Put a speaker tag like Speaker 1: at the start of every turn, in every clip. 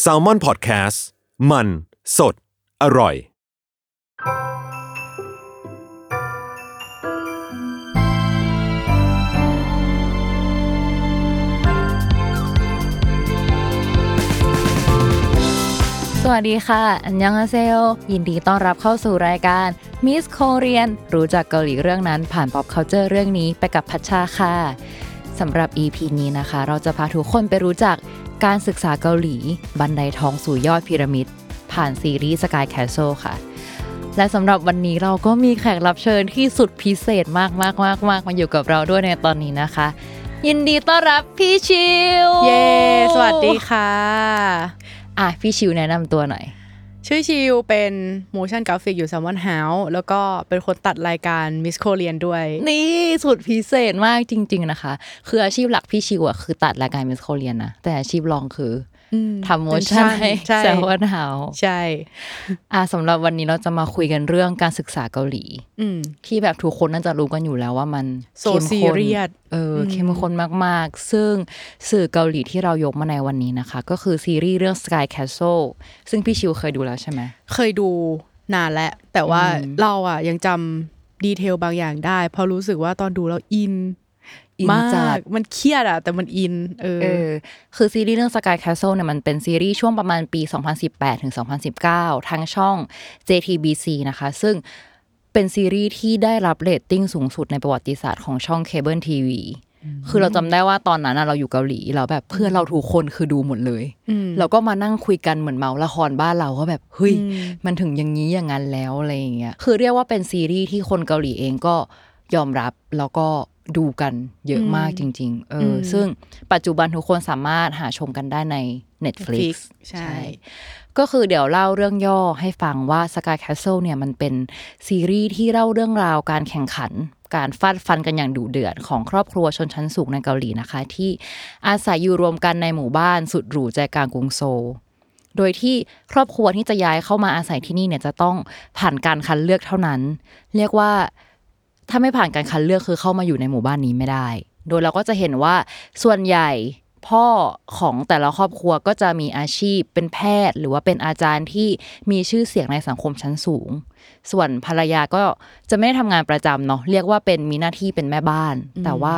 Speaker 1: แซลมอนพอดแคสต์มันสดอร่อย
Speaker 2: สวัสดีค่ะ อันยังอาเซโอยินดีต้อนรับเข้าสู่รายการ Miss Korean รู้จักเกาหลีเรื่องนั้นผ่าน pop culture เรื่องนี้ไปกับพัชชาค่ะสำหรับ EP นี้นะคะ เราจะพาทุกคนไปรู้จักการศึกษาเกาหลี บันไดทองสู่ยอดพีระมิด ผ่านซีรีส์ Sky Castle ค่ะ และสำหรับวันนี้เราก็มีแขกรับเชิญที่สุดพิเศษมากมากมากมากมาอยู่กับเราด้วยในตอนนี้นะคะ ยินดีต้อนรับพี่ชิว
Speaker 3: เย้ สวัสดีค่ะ
Speaker 2: อ่ะพี่ชิวแนะนำตัวหน่อย
Speaker 3: ชื่อชิวเป็น motion graphic อยู่ Salmon House แล้วก็เป็นคนตัดรายการ Miss Korean ด้วย
Speaker 2: นี่สุดพิเศษมากจริง ๆ นะคะ คืออาชีพหลักพี่ชิวอะคือตัดรายการมิสโคเรียนนะ แต่อาชีพรองคืออ
Speaker 3: ม
Speaker 2: ทำโมชั่น
Speaker 3: เป็นช่าง
Speaker 2: ให้
Speaker 3: ใช่
Speaker 2: แซวอนเฮา
Speaker 3: ใช่
Speaker 2: อ่ะสำหรับวันนี้เราจะมาคุยกันเรื่องการศึกษาเกาหลี
Speaker 3: อืม
Speaker 2: ที่แบบทุกคนน่าจะรู้กันอยู่แล้วว่ามัน
Speaker 3: โซ
Speaker 2: ข้มข้น
Speaker 3: ซีเรียส
Speaker 2: เอออเข้มข้นมาก ๆ ซึ่งสื่อเกาหลีที่เรายกมาในวันนี้นะคะ ก็คือซีรีส์เรื่อง Sky Castle ซึ่งพี่ชิวเคยดูแล้วใช่ไหม
Speaker 3: เคยดูนานแล้ว แต่ว่าเราอ่ะยังจำดีเทลบางอย่างได้ เพราะรู้สึกว่าตอนดูแล้วอิน
Speaker 2: อิน
Speaker 3: มา
Speaker 2: จัด
Speaker 3: กมันเครียดอ่ะ แต่มันอิน เออ
Speaker 2: เออคือซีรีส์เรื่อง Sky Castle เนี่ยมันเป็นซีรีส์ช่วงประมาณปี 2018 ถึง 2019 ทางช่อง JTBC นะคะ ซึ่งเป็นซีรีส์ที่ได้รับเรตติ้งสูงสุดในประวัติศาสตร์ของช่องเคเบิลทีวีคือเราจำได้ว่าตอนนั้นน่ะเราอยู่เกาหลีแล้วแบบเพื่อนเราทุกคนคือดูหมดเลย เราก็มานั่งคุยกันเหมือนเมาละครบ้านเราว่าแบบเฮ้ย มันถึงอย่างนี้อย่างนั้นแล้วอะไรอย่างเงี้ยคือเรียกว่าเป็นซีรีส์ที่คนเกาหลีเองก็ยอมรับแล้วก็ดูกันเยอะมากจริง ๆ เอออซึ่งปัจจุบันทุกคนสามารถหาชมกันได้ใน Netflix
Speaker 3: Netflix ใช่
Speaker 2: ก็คือเดี๋ยวเล่าเรื่องย่อให้ฟังว่า Sky Castle เนี่ยมันเป็นซีรีส์ที่เล่าเรื่องราวการแข่งขัน การฟาดฟันกันอย่างดุเดือดของครอบครัวชนชั้นสูงในเกาหลีนะคะ ที่อาศัยอยู่รวมกันในหมู่บ้านสุดหรูใจกลางกรุงโซล โดยที่ครอบครัวที่จะย้ายเข้ามาอาศัยที่นี่เนี่ยจะต้องผ่านการคัดเลือกเท่านั้น เรียกว่าถ้าไม่ผ่านการคัดเลือกคือเข้ามาอยู่ในหมู่บ้านนี้ไม่ได้ โดยเราก็จะเห็นว่าส่วนใหญ่พ่อของแต่ละครอบครัวก็จะมีอาชีพเป็นแพทย์ หรือว่าเป็นอาจารย์ที่มีชื่อเสียงในสังคมชั้นสูง ส่วนภรรยาก็จะไม่ได้ทำงานประจำเนาะเรียกว่าเป็นมีหน้าที่เป็นแม่บ้าน แต่ว่า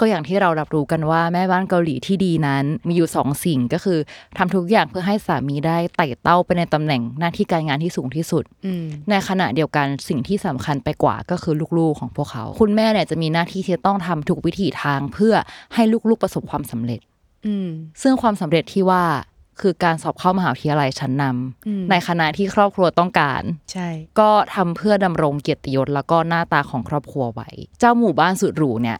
Speaker 2: ก็อย่างที่เรารับรู้กันว่าแม่บ้านเกาหลีที่ดีนั้น มีอยู่สองสิ่งก็คือทำทุกอย่างเพื่อให้สามีได้ไต่เต้าไปในตำแหน่งหน้าที่การงานที่สูงที่สุด
Speaker 3: อืม
Speaker 2: ในขณะเดียวกันสิ่งที่สำคัญไปกว่าก็คือลูกๆของพวกเขา คุณแม่เนี่ยจะมีหน้าที่ที่จะต้องทำทุกวิถีทางเพื่อให้ลูกๆประสบความสำเร็จ
Speaker 3: อืม
Speaker 2: ซึ่งความสำเร็จที่ว่าคือการสอบเข้ามหาวิทยาลัยชั้นนำ
Speaker 3: อืม
Speaker 2: ในขณะที่ครอบครัวต้องการ
Speaker 3: ใช่
Speaker 2: ก็ทำเพื่อดำรงเกียรติยศแล้วก็หน้าตาของครอบครัวไว้ เจ้าหมู่บ้านสุดหรูเนี่ย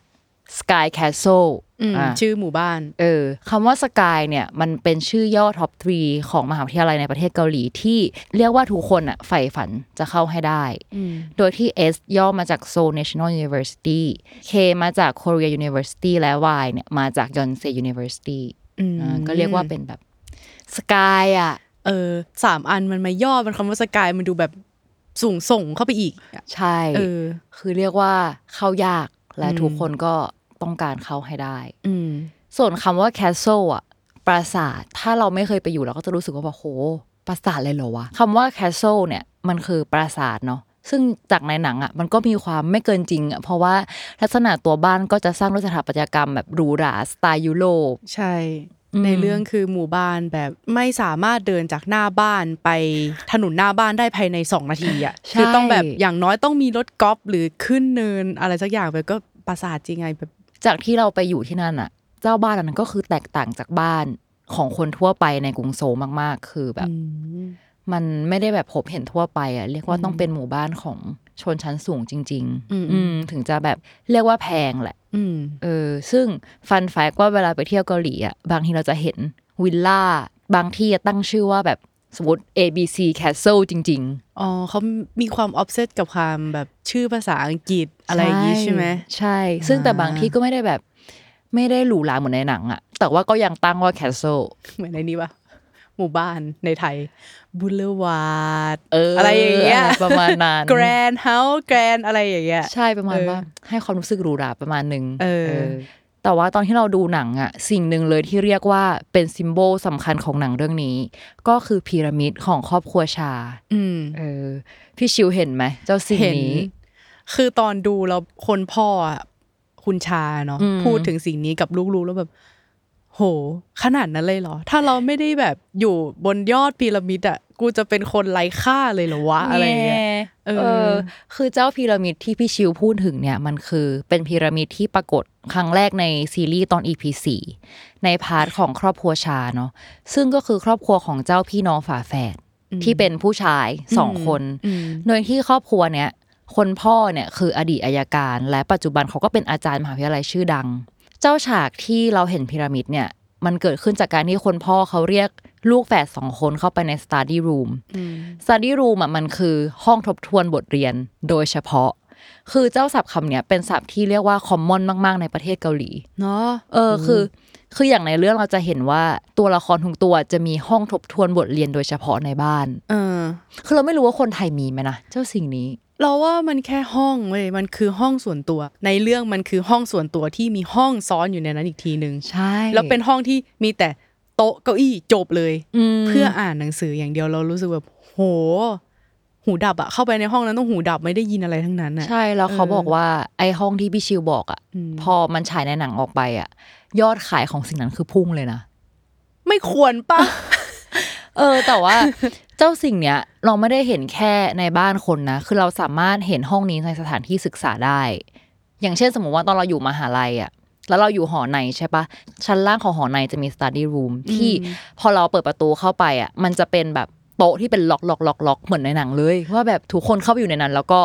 Speaker 2: Sky Castle
Speaker 3: อืม
Speaker 2: อ่า
Speaker 3: ชื่อหมู่บ้าน
Speaker 2: เออคำว่า Sky เนี่ย มันเป็นชื่อย่อท็อป 3 ของมหาวิทยาลัยในประเทศเกาหลีที่เรียกว่าทุกคนอะใฝ่ฝันจะเข้าให้ได้
Speaker 3: อืม
Speaker 2: โดยที่ S ย่อมาจาก Seoul National University K มาจาก Korea University และ Y เนี่ย มาจาก Yonsei University
Speaker 3: อืม
Speaker 2: อ่าก็เรียกว่าเป็นแบบ Sky อ่ะ
Speaker 3: เออสามอันมันมาย่อเป็นคำว่าสกายมันดูแบบสูงส่งเข้าไปอีกอะ
Speaker 2: ใช่
Speaker 3: เออ
Speaker 2: คือเรียกว่าเข้ายากและ
Speaker 3: อืม
Speaker 2: ทุกคนก็ต้องการเข้าให้ได้
Speaker 3: อืม
Speaker 2: ส่วนคำว่า castle อ่ะ ปราสาท ถ้าเราไม่เคยไปอยู่เราก็จะรู้สึกว่าแบบโหปราสาทเลยเหรอวะคำว่า castle เนี่ย มันคือปราสาทเนาะซึ่งจากในหนังอ่ะมันก็มีความไม่เกินจริงอ่ะเพราะว่าลักษณะตัวบ้านก็จะสร้างด้วยสถาปัตยกรรมแบบหรูหราสไตล์ยุโรป
Speaker 3: ใช่
Speaker 2: เ อืม
Speaker 3: ในเรื่องคือหมู่บ้านแบบไม่สามารถเดินจากหน้าบ้านไปถนนหน้าบ้านได้ภายใน 2 นาทีอ่ะ
Speaker 2: ใช่
Speaker 3: คือต้องแบบอย่างน้อยต้องมีรถกอล์ฟหรือขึ้นเนินอะไรสักอย่างแบบก็ประสาทจริงไงแบบ
Speaker 2: จากที่เราไปอยู่ที่นั่นอ่ะ เจ้าบ้านอันนั้นก็คือแตกต่างจากบ้านของคนทั่วไปในกรุงโซลมากๆ คือแบบ มันไม่ได้แบบพบเห็นทั่วไปอ่ะเรียกว่าต้องเป็นหมู่บ้านของชนชั้นสูงจริง ๆ
Speaker 3: อืม
Speaker 2: อืมถึงจะแบบเรียกว่าแพงแหละ
Speaker 3: อืม
Speaker 2: เออซึ่งฟันแฟกว่าเวลาไปเที่ยวเกาหลีอ่ะบางทีเราจะเห็นวิลล่า บางที่ตั้งชื่อว่าแบบสมมติ A B C Castle จริง
Speaker 3: อ๋อเขามีความออฟเซตกับความแบบชื่อภาษาอังกฤษ
Speaker 2: ๆ
Speaker 3: อะไรอย่างงี้ใช่ไหม
Speaker 2: ใช่ ซึ่งแต่บางที่ก็ไม่ได้แบบ ไม่ได้หรูหราเหมือนในหนังอ่ะ แต่ว่าก็ยังตั้งว่า Castle
Speaker 3: เหมือนในนี้ปะหมู่บ้านในไทยบุลวาด
Speaker 2: เออ
Speaker 3: อะไรอย่างเงี้ย
Speaker 2: อะไรประมาณนั้น
Speaker 3: แกรนเฮาแกรนอะไรอย่างเงี้ย
Speaker 2: ใช่ประมาณ
Speaker 3: เออ
Speaker 2: ว่าให้ความรู้สึกหรูหราประมาณหนึ่ง
Speaker 3: เออ
Speaker 2: เออ แต่ว่าตอนที่เราดูหนังอะสิ่งหนึ่งเลยที่เรียกว่าเป็นซิมโบลสำคัญของหนังเรื่องนี้ ก็คือพีระมิดของครอบครัวชา
Speaker 3: อืม
Speaker 2: เออ พี่ชิวเห็นไหมเจ้าสิ่ง
Speaker 3: เห็น
Speaker 2: นี้
Speaker 3: คือตอนดูแล้วคนพ่ออะคุณชาเนาะ
Speaker 2: อืม
Speaker 3: พูดถึงสิ่งนี้กับลูกๆแล้วแบบ โห ขนาดนั้นเลยเหรอ ถ้าเราไม่ได้แบบอยู่บนยอดพีระมิดอ่ะกูจะเป็นคนไร้ค่าเลยเหรอวะอะไรอย่างเงี้ย
Speaker 2: เอ
Speaker 3: เอ
Speaker 2: อ
Speaker 3: อ
Speaker 2: คือเจ้าพีระมิดที่พี่ชิวพูดถึงเนี่ย มันคือเป็นพีระมิดที่ปรากฏครั้งแรกในซีรีส์ตอน EP 4ในพาร์ทของครอบครัวชาเนาะซึ่งก็คือครอบครัวของเจ้าพี่น้องฝาแฝดที่เป็นผู้ชายสองคน
Speaker 3: อืม
Speaker 2: โดยที่ครอบครัวเนี่ย คนพ่อเนี่ยคืออดีตอายการ และปัจจุบันเขาก็เป็นอาจารย์มหาวิทยาลัยชื่อดัง เจ้าฉากที่เราเห็นพีระมิดเนี่ย มันเกิดขึ้นจากการที่คนพ่อเขาเรียกลูกแฝดสองคนเข้าไปในสตาร์ดี้รูมสตาร์ดี้รูมอ่ะมันคือห้องทบทวนบทเรียนโดยเฉพาะ คือเจ้าศัพท์คำเนี่ยเป็นศัพท์ที่เรียกว่าคอมมอนมาก ๆ ในประเทศเกาหลี
Speaker 3: เนาะ
Speaker 2: เออคือ คืออย่างในเรื่องเราจะเห็นว่าตัวละครทุกตัวจะมีห้องทบทวนบทเรียนโดยเฉพาะในบ้าน
Speaker 3: เออ
Speaker 2: คือเราไม่รู้ว่าคนไทยมีไหมนะเจ้าสิ่งนี้
Speaker 3: เราว่ามันแค่ห้องเว้ยมันคือห้องส่วนตัว ในเรื่องมันคือห้องส่วนตัวที่มีห้องซ้อนอยู่ในนั้นอีกทีหนึ่ง
Speaker 2: ใช่
Speaker 3: แล้วเป็นห้องที่มีแต่โต๊ะเก้าอี้จบเลย
Speaker 2: อืม
Speaker 3: เพื่ออ่านหนังสืออย่างเดียวเรารู้สึกแบบโห หูดับอะเข้าไปในห้องนั้นต้องหูดับไม่ได้ยินอะไรทั้งนั้นอะ
Speaker 2: ใช่แล้วเขา
Speaker 3: เออ
Speaker 2: บอกว่าไอห้องที่พี่ชิวบอกอะ่ะ
Speaker 3: อืม
Speaker 2: พอมันฉายในหนังออกไปอะ่ะ ยอดขายของสิ่งนั้นคือพุ่งเลยนะ
Speaker 3: ไม่ควรปะ
Speaker 2: เออ แต่ว่า เจ้าสิ่งเนี้ยเราไม่ได้เห็นแค่ในบ้านคนนะ คือเราสามารถเห็นห้องนี้ในสถานที่ศึกษาได้ อย่างเช่นสมมติว่าตอนเราอยู่มหาลัยอะ่ะแล้วเราอยู่หอในใช่ปะชั้นล่างของหอในจะมี study room ที่พอเราเปิดประตูเข้าไปอะ่ะมันจะเป็นแบบโต๊ะที่เป็นล็อกล็อกล็อกล็อกเหมือนในหนังเลย ว่าแบบทุกคนเข้าไปอยู่ในนั้น แล้วก็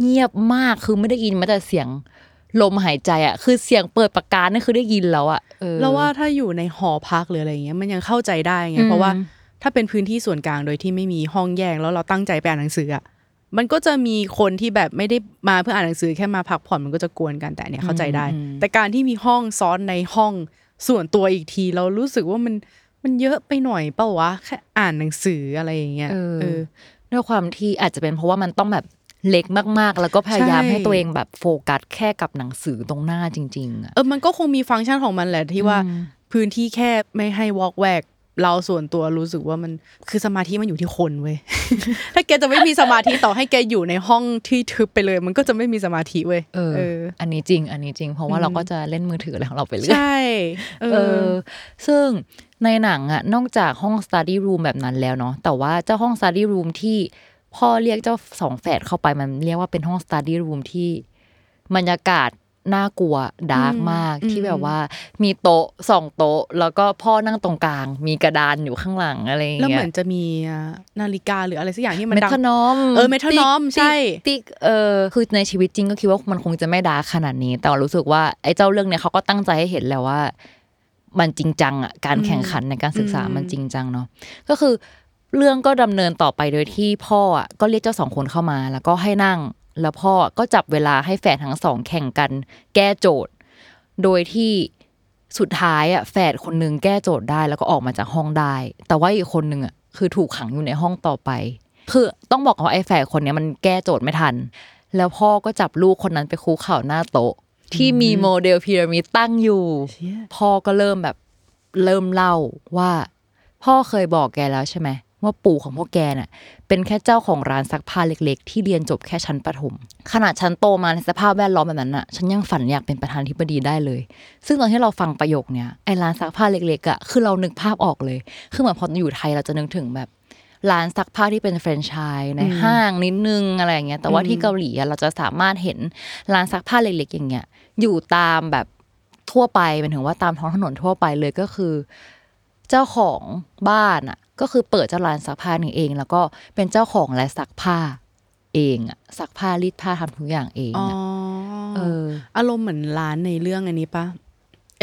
Speaker 2: เงียบมากคือไม่ได้ยินแม้แต่เสียงลมหายใจอะ่ะคือเสียงเปิดปากกานั่นคือได้ยินแล้วอะ่ะออ
Speaker 3: เราว่าถ้าอยู่ในหอพักหรืออะไรอย่างเงี้ยมันยังเข้าใจได้ไง
Speaker 2: อืม
Speaker 3: เพราะว่าถ้าเป็นพื้นที่ส่วนกลางโดยที่ไม่มีห้องแยกแล้วเราตั้งใจไปอ่านหนังสืออ่ะมันก็จะมีคนที่แบบไม่ได้มาเพื่ออ่านหนังสือแค่มาพักผ่อนมันก็จะกวนกันแต่เนี่ยเข้าใจได้ แต่การที่มีห้องซ้อนในห้องส่วนตัวอีกที เรารู้สึกว่ามันมันเยอะไปหน่อยเปล่าวะแค่อ่านหนังสืออะไรอย่างเงี้ย
Speaker 2: เออ
Speaker 3: เออ
Speaker 2: ด้วยความที่อาจจะเป็นเพราะว่ามันต้องแบบเล็กมากๆ แล้วก็พยายาม
Speaker 3: ใช่
Speaker 2: ให้ตัวเองแบบโฟกัสแค่กับหนังสือตรงหน้าจริง ๆอะ
Speaker 3: เออมันก็คงมีฟังก์ชันของมันแหละที่ว่าพื้นที่แคบไม่ให้วอกแวก เราส่วนตัวรู้สึกว่ามันคือสมาธิมันอยู่ที่คนเว้ย ถ้าแกจะไม่มีสมาธิต่อให้แกอยู่ในห้องที่ทึบไปเลย มันก็จะไม่มีสมาธิเว้ย
Speaker 2: เออ อันนี้จริง อันนี้จริง เพราะว่าเราก็จะเล่นมือถืออะไรของเราไปเรื่อย
Speaker 3: ใช่ เอ
Speaker 2: เอ
Speaker 3: อ
Speaker 2: อ ซึ่งในหนังอ่ะนอกจากห้อง study room แบบนั้นแล้วเนาะแต่ว่าเจ้าห้อง study room ที่พ่อเรียกเจ้าสองแฝดเข้าไปมันเรียกว่าเป็นห้อง study room ที่บรรยากาศน่ากลัวดาร์กมากที่แบบว่า มีโต๊ะสองโต๊ะ แล้วก็พ่อนั่งตรงกลาง มีกระดานอยู่ข้างหลังอะไรอย่าง
Speaker 3: แล้ว
Speaker 2: เงี้ย
Speaker 3: เหมือนจะมีนาฬิกาหรืออะไรสักอย่างที่มัน
Speaker 2: เม
Speaker 3: ดัง
Speaker 2: ทานอม
Speaker 3: เออ metronome
Speaker 2: ติ๊ก
Speaker 3: ใช่
Speaker 2: ติ๊กติ๊กเออคือในชีวิตจริงก็คิดว่ามันคงจะไม่ดาร์กขนาดนี้ แต่ว่ารู้สึกว่าไอ้เจ้าเรื่องเนี้ยเขาก็ตั้งใจให้เห็นแล้วว่า มันจริงจังอ่ะการแข่งขันในการศึกษามันจริงจังเนาะก็คือเรื่องก็ดำเนินต่อไปโดยที่พ่ออ่ะก็เรียกเจ้าสองคนเข้ามา แล้วก็ให้นั่ง แล้วพ่อก็จับเวลาให้แฝดทั้งสองแข่งกัน แก้โจทย์ โดยที่สุดท้ายอ่ะแฝดคนหนึงแก้โจทย์ได้แล้วก็ออกมาจากห้องได้ แต่ว่าอีกคนหนึงอ่ะคือถูกขังอยู่ในห้องต่อไป คือต้องบอกก่อนว่าไอ้แฝดคนเนี้ยมันแก้โจทย์ไม่ทัน แล้วพ่อก็จับลูกคนนั้นไปคูเข่าหน้าโต๊ะ ที่มีโมเดลพีระมิดตั้งอยู่ พ่อก็เริ่มแบบเริ่มเล่าว่า พ่อเคยบอกแกแล้วใช่ไหม ว่าปู่ของพวกแกน่ะเป็นแค่เจ้าของร้านซักผ้าเล็ก ๆ ที่เรียนจบแค่ชั้นประถม ขนาดฉันโตมาในสภาพแวดล้อมแบบนั้นน่ะฉันยังฝันอยากเป็นประธานธิบดีได้เลย ซึ่งตอนที่เราฟังประโยคเนี้ยไอ้ร้านซักผ้าเล็กๆอ่ะคือเรานึกภาพออกเลย คือเหมือนพออยู่ไทยเราจะนึกถึงแบบ ร้านซักผ้าที่เป็นแฟรนไชส์ในห้างนิดนึงอะไรอย่างเงี้ยแต่ว่าที่เกาหลีอะเราจะสามารถเห็นร้านซักผ้าเล็กๆอย่างเงี้ยอยู่ตามแบบทั่วไปหมายถึงว่าตามท้องถนนทั่วไปเลยก็คือ เจ้าของบ้านอ่ะก็คือเปิดเจ้าร้านซักผ้านี้เอง แล้วก็เป็นเจ้าของและซักผ้าเองอ่ะซักผ้ารีดผ้าทำทุกอย่างเอง
Speaker 3: อ๋อ
Speaker 2: อะเออ
Speaker 3: อารมณ์เหมือนร้านในเรื่องอันนี้ปะ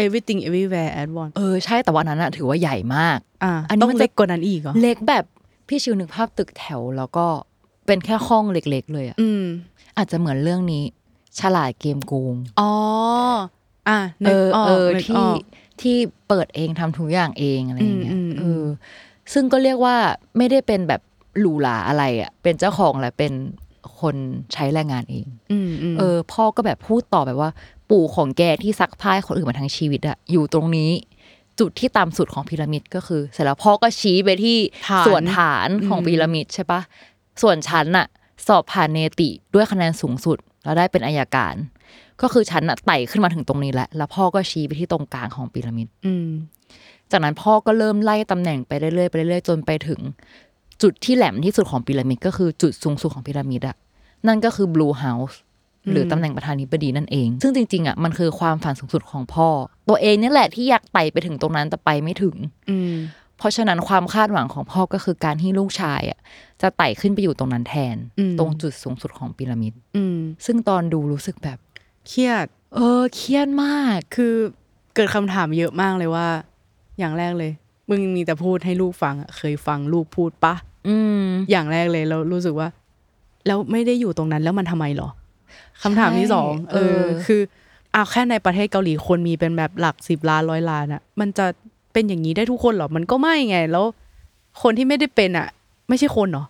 Speaker 3: everything everywhere at once
Speaker 2: เออใช่แต่ว่าอันนั้นอะถือว่าใหญ่มาก
Speaker 3: อ่ะ
Speaker 2: อันนี้
Speaker 3: ต้อง
Speaker 2: มันจะ
Speaker 3: เล็กกว่านั้นอีกเหรอ
Speaker 2: เล็กแบบพี่ชิวนึกภาพตึกแถวแล้วก็เป็นแค่ห้องเล็กๆ เลยอะ
Speaker 3: อืม
Speaker 2: อาจจะเหมือนเรื่องนี้ ฉลาดเกมโกง
Speaker 3: อ๋อ อ่ะ
Speaker 2: เอ
Speaker 3: นึก
Speaker 2: อ
Speaker 3: ออก
Speaker 2: เออ
Speaker 3: นึกอ
Speaker 2: ที่
Speaker 3: อก
Speaker 2: ที่เปิดเองทำทุกอย่างเองอะไรอย่างเงี้
Speaker 3: อื
Speaker 2: ย
Speaker 3: มอืมอืม
Speaker 2: เออซึ่งก็เรียกว่าไม่ได้เป็นแบบหรูหราอะไรอะเป็นเจ้าของและเป็นคนใช้แรงงานเอง
Speaker 3: อืมอืม
Speaker 2: เออพ่อก็แบบพูดต่อแบบว่า ปู่ของแกที่ซักผ้าให้คนอื่นมาทั้งชีวิตอะอยู่ตรงนี้ จุดที่ต่ำสุดของพีระมิดก็คือ เสร็จแล้วพ่อก็ชี้ไปที่
Speaker 3: ฐาน
Speaker 2: ส่วนฐานของพีระมิดใช่ปะส่วนฉันน่ะ สอบผ่านเนติด้วยคะแนนสูงสุด แล้วได้เป็นอายการ ก็คือฉันน่ะไต่ขึ้นมาถึงตรงนี้แล้วแล้วพ่อก็ชี้ไปที่ตรงกลางของพีระมิด
Speaker 3: อืม
Speaker 2: จากนั้นพ่อก็เริ่มไล่ตำแหน่งไปเรื่อยๆไปเรื่อยๆจนไปถึง จุดที่แหลมที่สุดของพีระมิดก็คือจุดสูงสุดของพีระมิดอะนั่นก็คือ Blue House หรือตำแหน่งประธานาธิบดีนั่นเอง ซึ่งจริงๆอะมันคือความฝันสูงสุดของพ่อ ตัวเองนี่แหละที่อยากไต่ไปถึงตรงนั้นแต่ไปไม่ถึง
Speaker 3: อืม
Speaker 2: เพราะฉะนั้นความคาดหวังของพ่อก็คือการที่ลูกชายอะจะไต่ขึ้นไปอยู่ตรงนั้นแทน ตรงจุดสูงสุดของพีระมิด
Speaker 3: อืม
Speaker 2: ซึ่งตอนดูรู้สึกแบบ
Speaker 3: เครียด
Speaker 2: เออเครียดมาก
Speaker 3: คือเกิดคำถามเยอะมากเลยว่า อย่างแรกเลย มึงมีแต่พูดให้ลูกฟังอะเคยฟังลูกพูดปะ
Speaker 2: อืม
Speaker 3: อย่างแรกเลยเรารู้สึกว่า แล้วไม่ได้อยู่ตรงนั้นแล้วมันทำไมหรอคำถามที่สอง
Speaker 2: เอ
Speaker 3: เออ
Speaker 2: อ
Speaker 3: คือเอาแค่ในประเทศเกาหลีคนมีเป็นแบบหลักสิบล้านร้อยล้านอะมันจะเป็นอย่างนี้ได้ทุกคนเหรอ มันก็ไม่ไง แล้ว คนที่ไม่ได้เป็นอะไม่ใช่คนเหรอ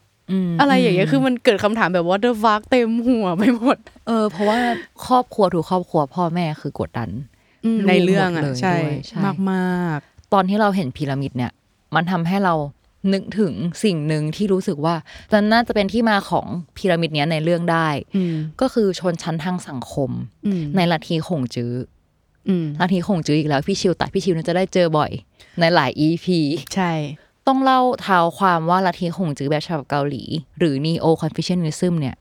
Speaker 2: ม
Speaker 3: อะไรอย่างเงี้ยคือมันเกิดคำถามแบบว่าเดอะวักเต็มหัวไปหมด
Speaker 2: เออเพราะว่าครอบครัวถูกครอบครัวพ่อแม่คือกดดัน ลูก
Speaker 3: ในเรื่อง
Speaker 2: หมด
Speaker 3: อะ
Speaker 2: เลย
Speaker 3: ใช่
Speaker 2: ด้วยใช่
Speaker 3: มากมาก
Speaker 2: ตอนที่เราเห็นพีระมิดเนี่ย มันทำให้เรานึกถึงสิ่งหนึ่งที่รู้สึกว่ามันน่าจะเป็นที่มาของพีระมิดเนี้ยในเรื่องได้
Speaker 3: ๆอืม
Speaker 2: ก็คือชนชั้นทางสังคม
Speaker 3: อืม
Speaker 2: ในลัทธิขงจื้อ
Speaker 3: อืม
Speaker 2: ลัทธิขงจื้ออีกแล้วพี่ชิวตัดพี่ชิวน่าจะได้เจอบ่อย ในหลาย EP
Speaker 3: ใช่
Speaker 2: ต้องเล่าเท้าความว่าลัทธิขงจื้อแบบฉบับเกาหลี หรือ neo confucianism เนี่ย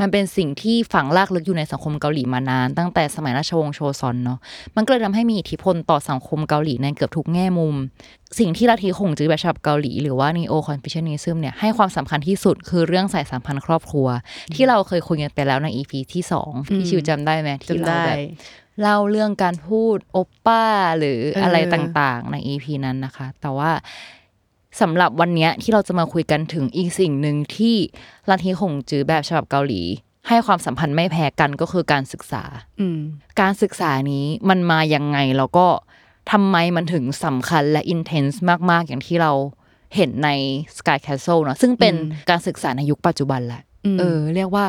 Speaker 2: มันเป็นสิ่งที่ฝังลากลึกอยู่ในสังคมเกาหลีมานาน ตั้งแต่สมัยราชวงศ์โชซอนเนาะมันก็เลยทำให้มีอิทธิพลต่อสังคมเกาหลีในเกือบทุกแง่มุม สิ่งที่ลัทธิขงจื้อแบบฉบับเกาหลี หรือว่า neo confucianism เนี่ยให้ความสำคัญที่สุดคือเรื่องสายสัมพันธ์ครอบครัว ที่เราเคยคุยกันไปแล้วใน EP ที่สอง
Speaker 3: อืม
Speaker 2: พี่ชิวจำได้ไหมที่เรา
Speaker 3: จำได้
Speaker 2: แบบ เล่าเรื่องการพูดโอปป้าหรือ
Speaker 3: เอออ
Speaker 2: อะไรต่างๆ ใน EP นั้นนะคะ แต่ว่าสำหรับวันเนี้ยที่เราจะมาคุยกันถึงอีกสิ่งหนึ่งที่ลัทธิหงจือแบบฉบับเกาหลี ให้ความสัมพันธ์ไม่แพ้กันก็คือการศึกษา
Speaker 3: อืม
Speaker 2: การศึกษานี้มันมายังไงแล้วก็ทำไมมันถึงสำคัญและอินเทนส์มาก ๆ อย่างที่เราเห็นใน Sky Castle เนอะซึ่งเป็นการศึกษาในยุคปัจจุบันแหละ
Speaker 3: อืม
Speaker 2: เออ เรียกว่า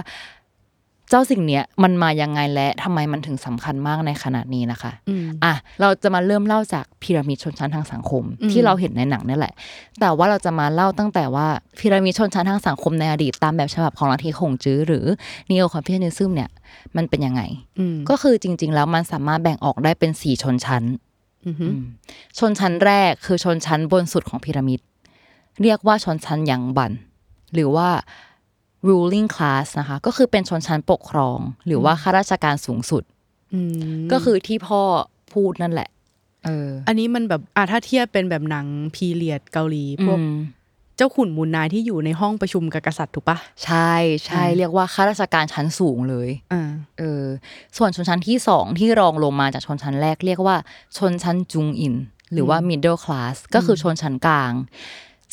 Speaker 2: เจ้าสิ่งเนี้ยมันมายังไงและทำไมมันถึงสำคัญมากในขนาดนี้นะคะ
Speaker 3: อืม
Speaker 2: อ่ะเราจะมาเริ่มเล่าจากพีระมิดชนชั้นทางสังคม
Speaker 3: อืม
Speaker 2: ที่เราเห็นในหนังนี่แหละ แต่ว่าเราจะมาเล่าตั้งแต่ว่าพีระมิดชนชั้นทางสังคมในอดีตตามแบบฉบับของลัทธิขงจื้อหรือ neo confucianism เนี่ยมันเป็นยังไง
Speaker 3: อืม
Speaker 2: ก็คือจริง ๆ แล้วมันสามารถแบ่งออกได้เป็นสี่ชนชั้น
Speaker 3: อือหือ
Speaker 2: ชนชั้นแรกคือชนชั้นบนสุดของพีระมิด เรียกว่าชนชั้นยังบัน หรือว่า ruling class นะคะ ก็คือเป็นชนชั้นปกครอง หรือว่าข้าราชการสูงสุด
Speaker 3: อืม
Speaker 2: ก็คือที่พ่อพูดนั่นแหละ เออ
Speaker 3: อันนี้มันแบบอ่ะถ้าเทียบเป็นแบบหนังพีเรียดเกาหลี พวก
Speaker 2: อืม
Speaker 3: เจ้าขุนมูลนายที่อยู่ในห้องประชุมกับกษัตริย์ถูกปะ
Speaker 2: ใช่ใช่
Speaker 3: อ่า
Speaker 2: เรียกว่าข้าราชการชั้นสูงเลย
Speaker 3: อ่า
Speaker 2: เออส่วนชนชั้นที่สองที่รองลงมาจากชนชั้นแรก เรียกว่าชนชั้นจุงอิน หรือว่า middle class ก็คือชนชั้นกลาง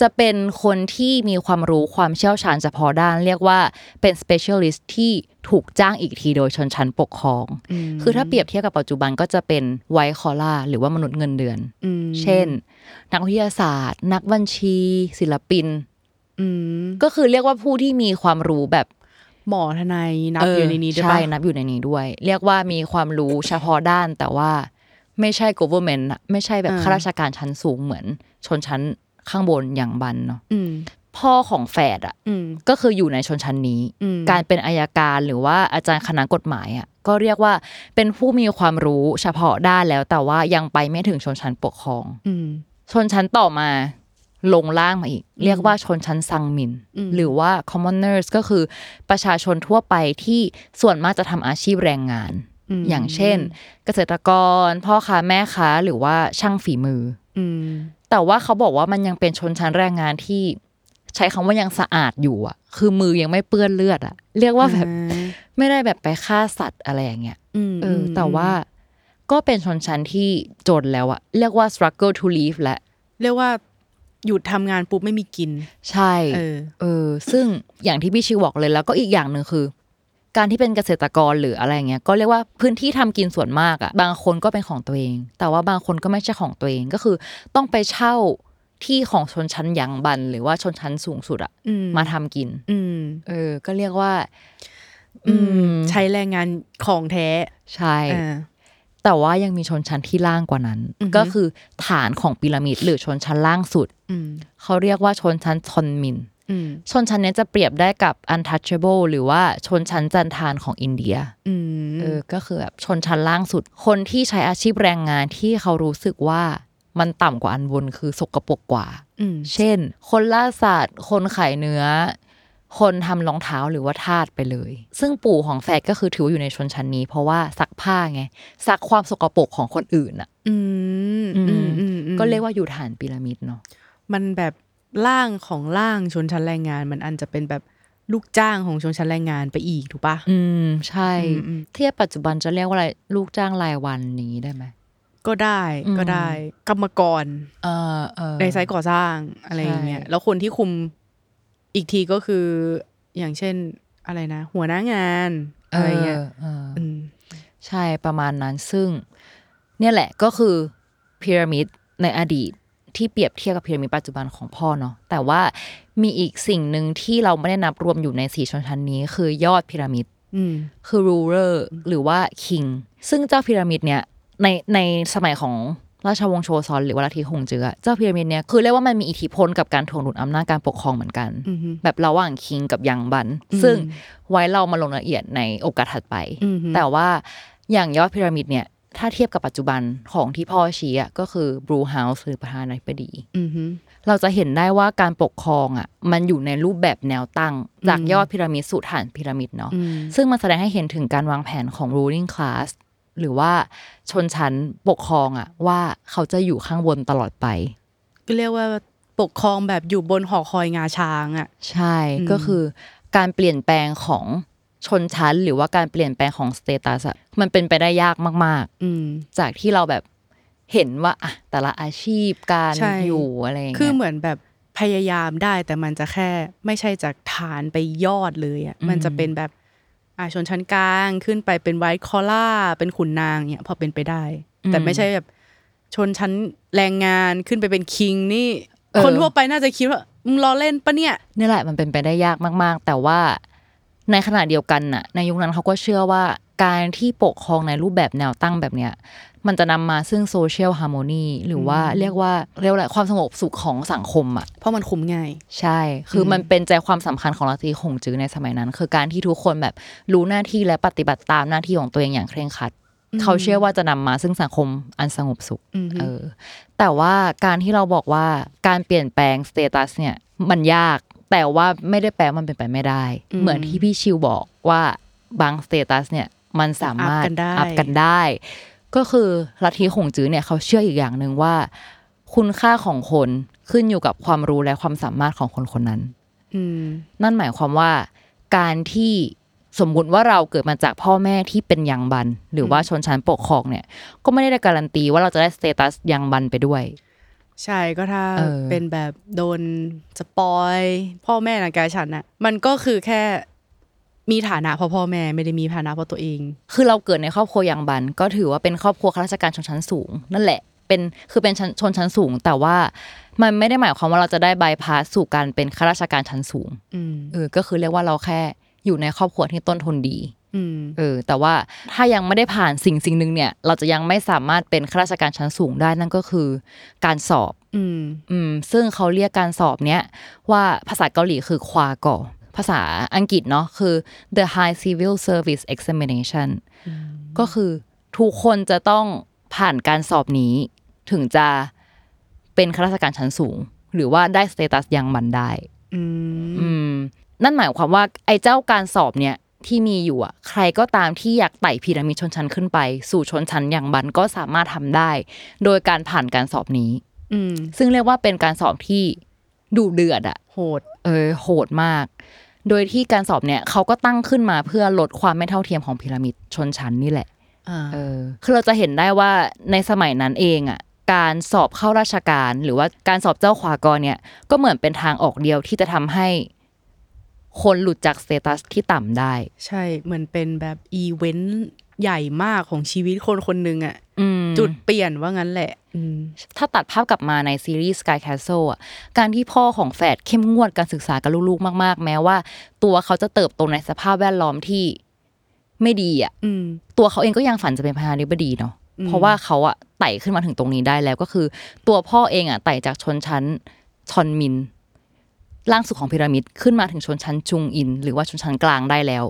Speaker 2: จะเป็นคนที่มีความรู้ความเชี่ยวชาญเฉพาะด้าน เรียกว่าเป็น specialist ที่ถูกจ้างอีกทีโดยชนชั้นปกครอง คือถ้าเปรียบเทียบกับปัจจุบันก็จะเป็น white collar หรือว่ามนุษย์เงินเดือน
Speaker 3: อืม
Speaker 2: เช่น นักวิทยาศาสตร์ นักบัญชี ศิลปิน
Speaker 3: อืม
Speaker 2: ก็คือเรียกว่าผู้ที่มีความรู้แบบ
Speaker 3: หมอทนายนับอยู่ในนี้ด้วย
Speaker 2: เออ
Speaker 3: ปะ
Speaker 2: ใช่นับอยู่ในนี้ด้วย เรียกว่ามีความรู้เฉพาะด้านแต่ว่าไม่ใช่ government อะไม่ใช่แบบข้าราชการชั้นสูงเหมือนชนชั้นข้างบนอย่างบันเนาะ
Speaker 3: อืม
Speaker 2: พ่อของแฝดอ่ะ
Speaker 3: อืม
Speaker 2: ก็คืออยู่ในชนชั้นนี้
Speaker 3: อืม
Speaker 2: การเป็นอายการหรือว่าอาจารย์คณะกฎหมายอ่ะก็เรียกว่าเป็นผู้มีความรู้เฉพาะด้านแล้ว แต่ว่ายังไปไม่ถึงชนชั้นปกครอง
Speaker 3: อืม
Speaker 2: ชนชั้นต่อมาลงล่างมาอีก เรียกว่าชนชั้นซังมิน
Speaker 3: อืม
Speaker 2: หรือว่า commoners ก็คือประชาชนทั่วไปที่ส่วนมากจะทำอาชีพแรงงาน
Speaker 3: ม
Speaker 2: อย่างเช่น เกษตรกร พ่อค้าแม่ค้าหรือว่าช่างฝีมือ
Speaker 3: อืม
Speaker 2: แต่ว่าเขาบอกว่ามันยังเป็นชนชั้นแรงงานที่ใช้คำว่ายังสะอาดอยู่อ่ะ คือมือยังไม่เปื้อนเลือดอ่ะ เรียกว่าแบบ
Speaker 3: อ่า
Speaker 2: ไม่ได้แบบไปฆ่าสัตว์อะไรอย่างเงี้ย
Speaker 3: อืม
Speaker 2: เออแต่ว่าก็เป็นชนชั้นที่จนแล้วอะเรียกว่า struggle to live และ
Speaker 3: เรียกว่าหยุดทำงานปุ๊บไม่มีกิน
Speaker 2: ใช่
Speaker 3: เออ
Speaker 2: เออ ซึ่งอย่างที่พี่ชิวบอกเลยแล้วก็อีกอย่างหนึ่งคือ การที่เป็นเกษตรกรหรืออะไรเงี้ยก็เรียกว่าพื้นที่ทำกินส่วนมากอะบางคนก็เป็นของตัวเอง แต่ว่าบางคนก็ไม่ใช่ของตัวเองก็คือต้องไปเช่าที่ของชนชั้นยังบัน หรือว่าชนชั้นสูงสุดอะ
Speaker 3: อื
Speaker 2: มาทำกิน
Speaker 3: อืม
Speaker 2: เออ ก็เรียกว่า
Speaker 3: อื
Speaker 2: อื
Speaker 3: ม
Speaker 2: ม
Speaker 3: ใช้แรงงานของแท้
Speaker 2: ใช่
Speaker 3: อ่า
Speaker 2: แต่ว่ายังมีชนชั้นที่ล่างกว่านั้น
Speaker 3: อือฮึ
Speaker 2: ก็คือฐานของพีระมิดหรือชนชั้นล่างสุด
Speaker 3: อืม
Speaker 2: เขาเรียกว่าชนชั้นทอนมิน
Speaker 3: อืม
Speaker 2: ชนชั้นเนี้ยจะเปรียบได้กับ untouchable หรือว่าชนชั้นจันทานของอินเดีย
Speaker 3: อืม
Speaker 2: เออก็คือแบบชนชั้นล่างสุด คนที่ใช้อาชีพแรงงานที่เขารู้สึกว่ามันต่ำกว่าอันบนคือสกปรกกว่า
Speaker 3: อืม
Speaker 2: เช่น คนล่าสัตว์ คนขายเนื้อ คนทำรองเท้าหรือว่าทาสไปเลย ซึ่งปู่ของแฟดก็คือถือว่าอยู่ในชนชั้นนี้ เพราะว่าซักผ้าไงซักความสกปรกของคนอื่นอ่ะ
Speaker 3: อืม อืมอืม
Speaker 2: ก็เรียกว่าอยู่ฐานพีระมิดเนาะ
Speaker 3: มันแบบล่างของล่างชนชั้นแรงงาน มันอันจะเป็นแบบลูกจ้างของชนชั้นแรงงานไปอีกถูกปะ
Speaker 2: อืม ใช่
Speaker 3: อืมอืม
Speaker 2: เทียบปัจจุบันจะเรียกว่าอะไรลูกจ้างรายวันอย่างนี้ได้ไหม
Speaker 3: ก็ได้
Speaker 2: อืม
Speaker 3: ก็ได้ กรรมกร
Speaker 2: เออเออ
Speaker 3: ในไซต์ก่อสร้างอะไรอย่างเงี้ย
Speaker 2: ใช่
Speaker 3: แล้วคนที่คุมอีกทีก็คืออย่างเช่นอะไรนะ หัวหน้างาน
Speaker 2: เอ
Speaker 3: อะไร
Speaker 2: อ
Speaker 3: เงี้ย
Speaker 2: เออ
Speaker 3: อืม
Speaker 2: ใช่ประมาณนั้นซึ่ง เนี่ยแหละก็คือพีระมิดในอดีตที่เปรียบเทียบกับพีระมิดปัจจุบันของพ่อเนาะแต่ว่ามีอีกสิ่งหนึ่งที่เราไม่ได้นับรวมอยู่ในสี่ชนชั้นนี้ คือยอดพีระมิด
Speaker 3: อืม
Speaker 2: คือ ruler หรือว่า king ซึ่งเจ้าพีระมิดเนี่ยในในสมัยของราชวงศ์โชซอนหรือว่าลัทธิฮงเจือเจ้าพีระมิดเนี่ยคือเรียกว่ามันมีอิทธิพลกับการถ่วงดุลอำนาจการปกครองเหมือนกัน
Speaker 3: อือฮึ
Speaker 2: แบบระหว่างคิงกับยังบัน ซึ่งไว้เรามาลงรายละเอียดในโอกาสถัดไป
Speaker 3: อือฮึ
Speaker 2: แต่ว่าอย่างยอดพีระมิดเนี่ยถ้าเทียบกับปัจจุบันของที่พ่อชี้อะก็คือบรูเฮาส์หรือประธานาธิบดี
Speaker 3: อือฮึ
Speaker 2: เราจะเห็นได้ว่าการปกครองอ่ะมันอยู่ในรูปแบบแนวตั้ง จากยอดพีระมิดสู่ฐานพีระมิดเนาะ
Speaker 3: อืม
Speaker 2: ซึ่งมันแสดงให้เห็นถึงการวางแผนของ ruling class หรือว่าชนชั้นปกครองอะว่าเขาจะอยู่ข้างบนตลอดไป
Speaker 3: ก็เรียกว่าปกครองแบบอยู่บนหอคอยงาช้างอ่ะ
Speaker 2: ใช่
Speaker 3: อืม
Speaker 2: ก็คือการเปลี่ยนแปลงของชนชั้น หรือว่าการเปลี่ยนแปลงของสเตตัสอะมันเป็นไปได้ยากมาก
Speaker 3: อืม
Speaker 2: ๆ จากที่เราแบบเห็นว่าอะแต่ละอาชีพการ
Speaker 3: ใช่
Speaker 2: อยู่อะไรอย่างเงี้ย
Speaker 3: คือเหมือนแบบพยายามได้แต่มันจะแค่ไม่ใช่จากฐานไปยอดเลยอ่ะ
Speaker 2: อืม
Speaker 3: มันจะเป็นแบบอาชนชั้นกลางขึ้นไปเป็นไวท์คอล่า เป็นขุนนางเนี่ยพอเป็นไปได้ แต่ไม่ใช่แบบชนชั้นแรงงานขึ้นไปเป็นคิงนี่ คนทั่วไปน่าจะคิดว่ามึงล้อเล่นปะเนี่ย
Speaker 2: นี่แหละมันเป็นไปได้ยากมาก ๆ แต่ว่าในขณะเดียวกันน่ะในยุคนั้นเขาก็เชื่อว่าการที่ปกครองในรูปแบบแนวตั้งแบบเนี้ยมันจะนำมาซึ่งโซเชียลฮาร์โมนีหรือว่าเรียกว่าเรียกว่าอะไรความสงบสุขของสังคมอ่ะ
Speaker 3: เพราะมันคุมง่าย
Speaker 2: ใช่ คือมันเป็นใจความสำคัญของลัทธิขงจื้อในสมัยนั้น คือการที่ทุกคนแบบรู้หน้าที่และปฏิบัติตามหน้าที่ของตัวเองอย่างเคร่งครัด เขาเชื่อว่าจะนำมาซึ่งสังคมอันสงบสุข
Speaker 3: อือฮึ
Speaker 2: เออ แต่ว่าการที่เราบอกว่าการเปลี่ยนแปลงสเตตัสเนี่ยมันยาก แต่ว่าไม่ได้แปลว่ามันเป็นไปไม่ได้ เหมือนที่พี่ชิวบอกว่าบางสเตตัสเนี่ยมันสามารถ
Speaker 3: อัพกันได้
Speaker 2: อัพกันได้ ก็คือลัทธิขงจื้อเนี่ยเขาเชื่ออีกอย่างหนึ่งว่า คุณค่าของคนขึ้นอยู่กับความรู้และความสามารถของคนคนนั้น
Speaker 3: อืม
Speaker 2: นั่นหมายความว่าการที่สมมุติว่าเราเกิดมาจากพ่อแม่ที่เป็นยังบัน หรือว่าชนชั้นปกครองเนี่ย ก็ไม่ได้การันตีว่าเราจะได้สเตตัสยังบันไปด้วย
Speaker 3: ใช่ก็ถ้า
Speaker 2: เออ
Speaker 3: เป็นแบบโดนสปอย พ่อแม่หลังกายฉันน่ะ มันก็คือแค่มีฐานะเพราะพ่อแม่ไม่ได้มีฐานะเพราะตัวเอง
Speaker 2: คือเราเกิดในครอบครัวยังบัน ก็ถือว่าเป็นครอบครัวข้าราชการชนชั้นสูง นั่นแหละเป็นคือเป็นชั้นชนชั้นสูง แต่ว่ามันไม่ได้หมายความว่าเราจะได้บายพาสสู่การเป็นข้าราชการชั้นสูง
Speaker 3: อืม
Speaker 2: เออก็คือเรียกว่าเราแค่อยู่ในครอบครัวที่ต้นทุนดี
Speaker 3: อืม
Speaker 2: เออแต่ว่าถ้ายังไม่ได้ผ่านสิ่งสิ่งหนึ่งเนี่ย เราจะยังไม่สามารถเป็นข้าราชการชั้นสูงได้นั่นก็คือการสอบ
Speaker 3: อืม
Speaker 2: อืมซึ่งเขาเรียกการสอบเนี้ยว่าภาษาเกาหลีคือควาก่อภาษาอังกฤษเนาะคือ the high civil service examination ก็คือทุกคนจะต้องผ่านการสอบนี้ ถึงจะเป็นข้าราชการชั้นสูง หรือว่าได้สเตตัสยังมันได้
Speaker 3: อืม
Speaker 2: อืมนั่นหมายความว่าไอ้เจ้าการสอบเนี่ยที่มีอยู่อ่ะใครก็ตามที่อยากไต่พีระมิดชนชั้นขึ้นไป สู่ชนชั้นอย่างบันก็สามารถทำได้ โดยการผ่านการสอบนี้
Speaker 3: อืม
Speaker 2: ซึ่งเรียกว่าเป็นการสอบที่ดูเดือดอะ
Speaker 3: โหด
Speaker 2: เออโหดมาก โดยที่การสอบเนี่ยเขาก็ตั้งขึ้นมาเพื่อลดความไม่เท่าเทียมของพีระมิดชนชั้นนี่แหละ
Speaker 3: อ่า
Speaker 2: เออคือเราจะเห็นได้ว่าในสมัยนั้นเองอะการสอบเข้าราชการ หรือว่าการสอบเจ้าขวากรเนี่ยก็เหมือนเป็นทางออกเดียวที่จะทำให้คนหลุดจากสเตตัสที่ต่ำได้
Speaker 3: ใช่ เหมือนเป็นแบบอีเวนต์ใหญ่มากของชีวิตคนคนหนึ่งอะ
Speaker 2: อืม
Speaker 3: จุดเปลี่ยนว่างั้นแหละ อืม
Speaker 2: ถ้าตัดภาพกลับมาในซีรีส์ Sky Castle อ่ะ การที่พ่อของแฝดเข้มงวดการศึกษากับลูกๆ มากๆ แม้ว่า ตัวเขาจะเติบโตในสภาพแวดล้อมที่ไม่ดีอ่ะ
Speaker 3: อืม
Speaker 2: ตัวเขาเองก็ยังฝันจะเป็นพนาธิบดีเนาะ เพราะว่าเขาอ่ะไต่ขึ้นมาถึงตรงนี้ได้แล้วก็คือ ตัวพ่อเองอ่ะไต่จากชนชั้นชอนมิน ล่างสุดของพีระมิดขึ้นมาถึงชนชั้นจุงอิน หรือว่าชนชั้นกลางได้แล้ว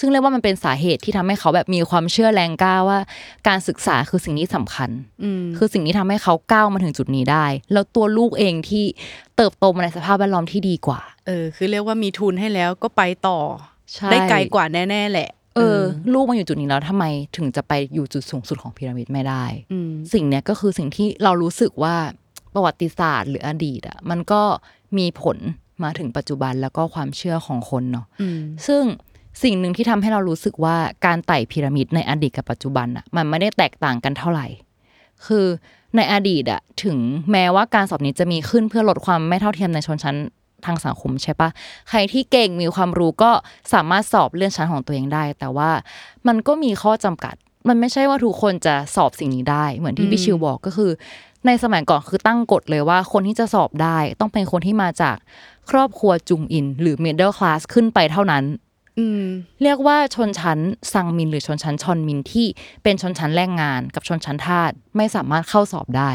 Speaker 2: ซึ่งเรียกว่ามันเป็นสาเหตุที่ทำให้เขาแบบมีความเชื่อแรงกล้าว่า การศึกษาคือสิ่งที่สำคัญ
Speaker 3: อืม
Speaker 2: คือสิ่งที่ทำให้เขาก้าวมาถึงจุดนี้ได้ แล้วตัวลูกเองที่เติบโตมาในสภาพแวดล้อมที่ดีกว่า
Speaker 3: เออ คือเรียกว่ามีทุนให้แล้วก็ไปต่อ
Speaker 2: ใช่
Speaker 3: ได้ไกลกว่าแน่ๆแหละ
Speaker 2: เออ ลูกมาอยู่จุดนี้แล้วทำไมถึงจะไปอยู่จุดสูงสุดของพีระมิดไม่ได้
Speaker 3: อืม
Speaker 2: สิ่งเนี้ยก็คือสิ่งที่เรารู้สึกว่าประวัติศาสตร์หรืออดีตอ่ะมันก็มีผลมาถึงปัจจุบันแล้วก็ความเชื่อของคนเนาะ
Speaker 3: อืม
Speaker 2: ซึ่งสิ่งหนึ่งที่ทำให้เรารู้สึกว่าการไต่พีระมิดในอดีตกับปัจจุบันอะมันไม่ได้แตกต่างกันเท่าไหร่ คือในอดีตอะถึงแม้ว่าการสอบนี้จะมีขึ้นเพื่อลดความไม่เท่าเทียมในชนชั้นทางสังคมใช่ปะใครที่เก่งมีความรู้ก็สามารถสอบเลื่อนชั้นของตัวเองได้ แต่ว่ามันก็มีข้อจำกัด มันไม่ใช่ว่าทุกคนจะสอบสิ่งนี้ได้ เหมือนที่พี่ชิวบอกก็คือ ในสมัยก่อนคือตั้งกฎเลยว่าคนที่จะสอบได้ ต้องเป็นคนที่มาจากครอบครัวจุงอิน หรือ middle class ขึ้นไปเท่านั้น
Speaker 3: อืม
Speaker 2: เรียกว่าชนชั้นซังมิน หรือชนชั้นชอนมินที่เป็นชนชั้นแรงงานกับชนชั้นทาสไม่สามารถเข้าสอบได้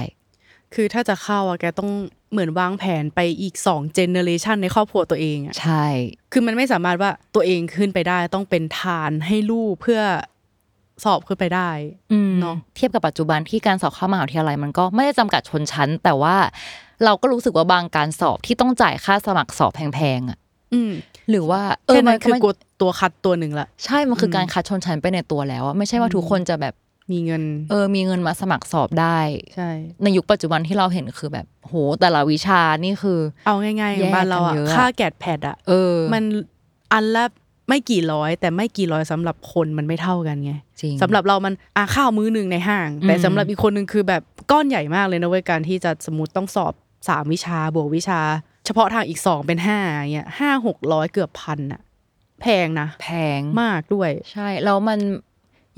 Speaker 3: คือถ้าจะเข้าอะแกต้องเหมือนวางแผนไปอีกสองเจเนอเรชันในครอบครัวตัวเองอะ
Speaker 2: ใช่
Speaker 3: คือมันไม่สามารถว่าตัวเองขึ้นไปได้ต้องเป็นทานให้ลูกเพื่อสอบขึ้นไปได้
Speaker 2: อืม
Speaker 3: เนอะ
Speaker 2: เทียบกับปัจจุบันที่การสอบเข้ามหาวิทยาลัยมันก็ไม่ได้จำกัดชนชั้น แต่ว่าเราก็รู้สึกว่าบางการสอบที่ต้องจ่ายค่าสมัครสอบแพงๆอะ
Speaker 3: อืม
Speaker 2: หรือว่าเอ
Speaker 3: แค่
Speaker 2: อมั
Speaker 3: นั้น น
Speaker 2: ก็
Speaker 3: คือ
Speaker 2: ไม่
Speaker 3: กดตัวคัดตัวหนึ่งละ
Speaker 2: ใช่มันคือการคัดชนชั้นไปในตัวแล้วอะไม่ใช่ว่าทุกคนจะแบบ
Speaker 3: มีเงิน
Speaker 2: เออมีเงินมาสมัครสอบได้
Speaker 3: ใช่
Speaker 2: ในยุคปัจจุบันที่เราเห็นคือแบบโหแต่ละวิชานี่คือ
Speaker 3: เอาง่ายๆ
Speaker 2: แยก
Speaker 3: บ้านเรา
Speaker 2: กัน
Speaker 3: อะ
Speaker 2: เยอะอะ
Speaker 3: ค่าแกดแพดอะ
Speaker 2: เออ
Speaker 3: มันอันละไม่กี่ร้อย แต่ไม่กี่ร้อยสำหรับคนมันไม่เท่ากันไง
Speaker 2: จริง
Speaker 3: สำหรับเรามันอ่ะข้าวมื้อหนึ่งในห้าง
Speaker 2: อืม
Speaker 3: แต่สำหรับอีกคนหนึ่งคือแบบก้อนใหญ่มากเลยนะเว้ยการที่จะสมมติต้องสอบสามวิชาบวกวิชา เฉพาะทางอีกสองเป็นห้าอย่างเงี้ยห้าหกร้อยเกือบพันอะแพงนะ
Speaker 2: แพง
Speaker 3: มากด้วย
Speaker 2: ใช่แล้วมัน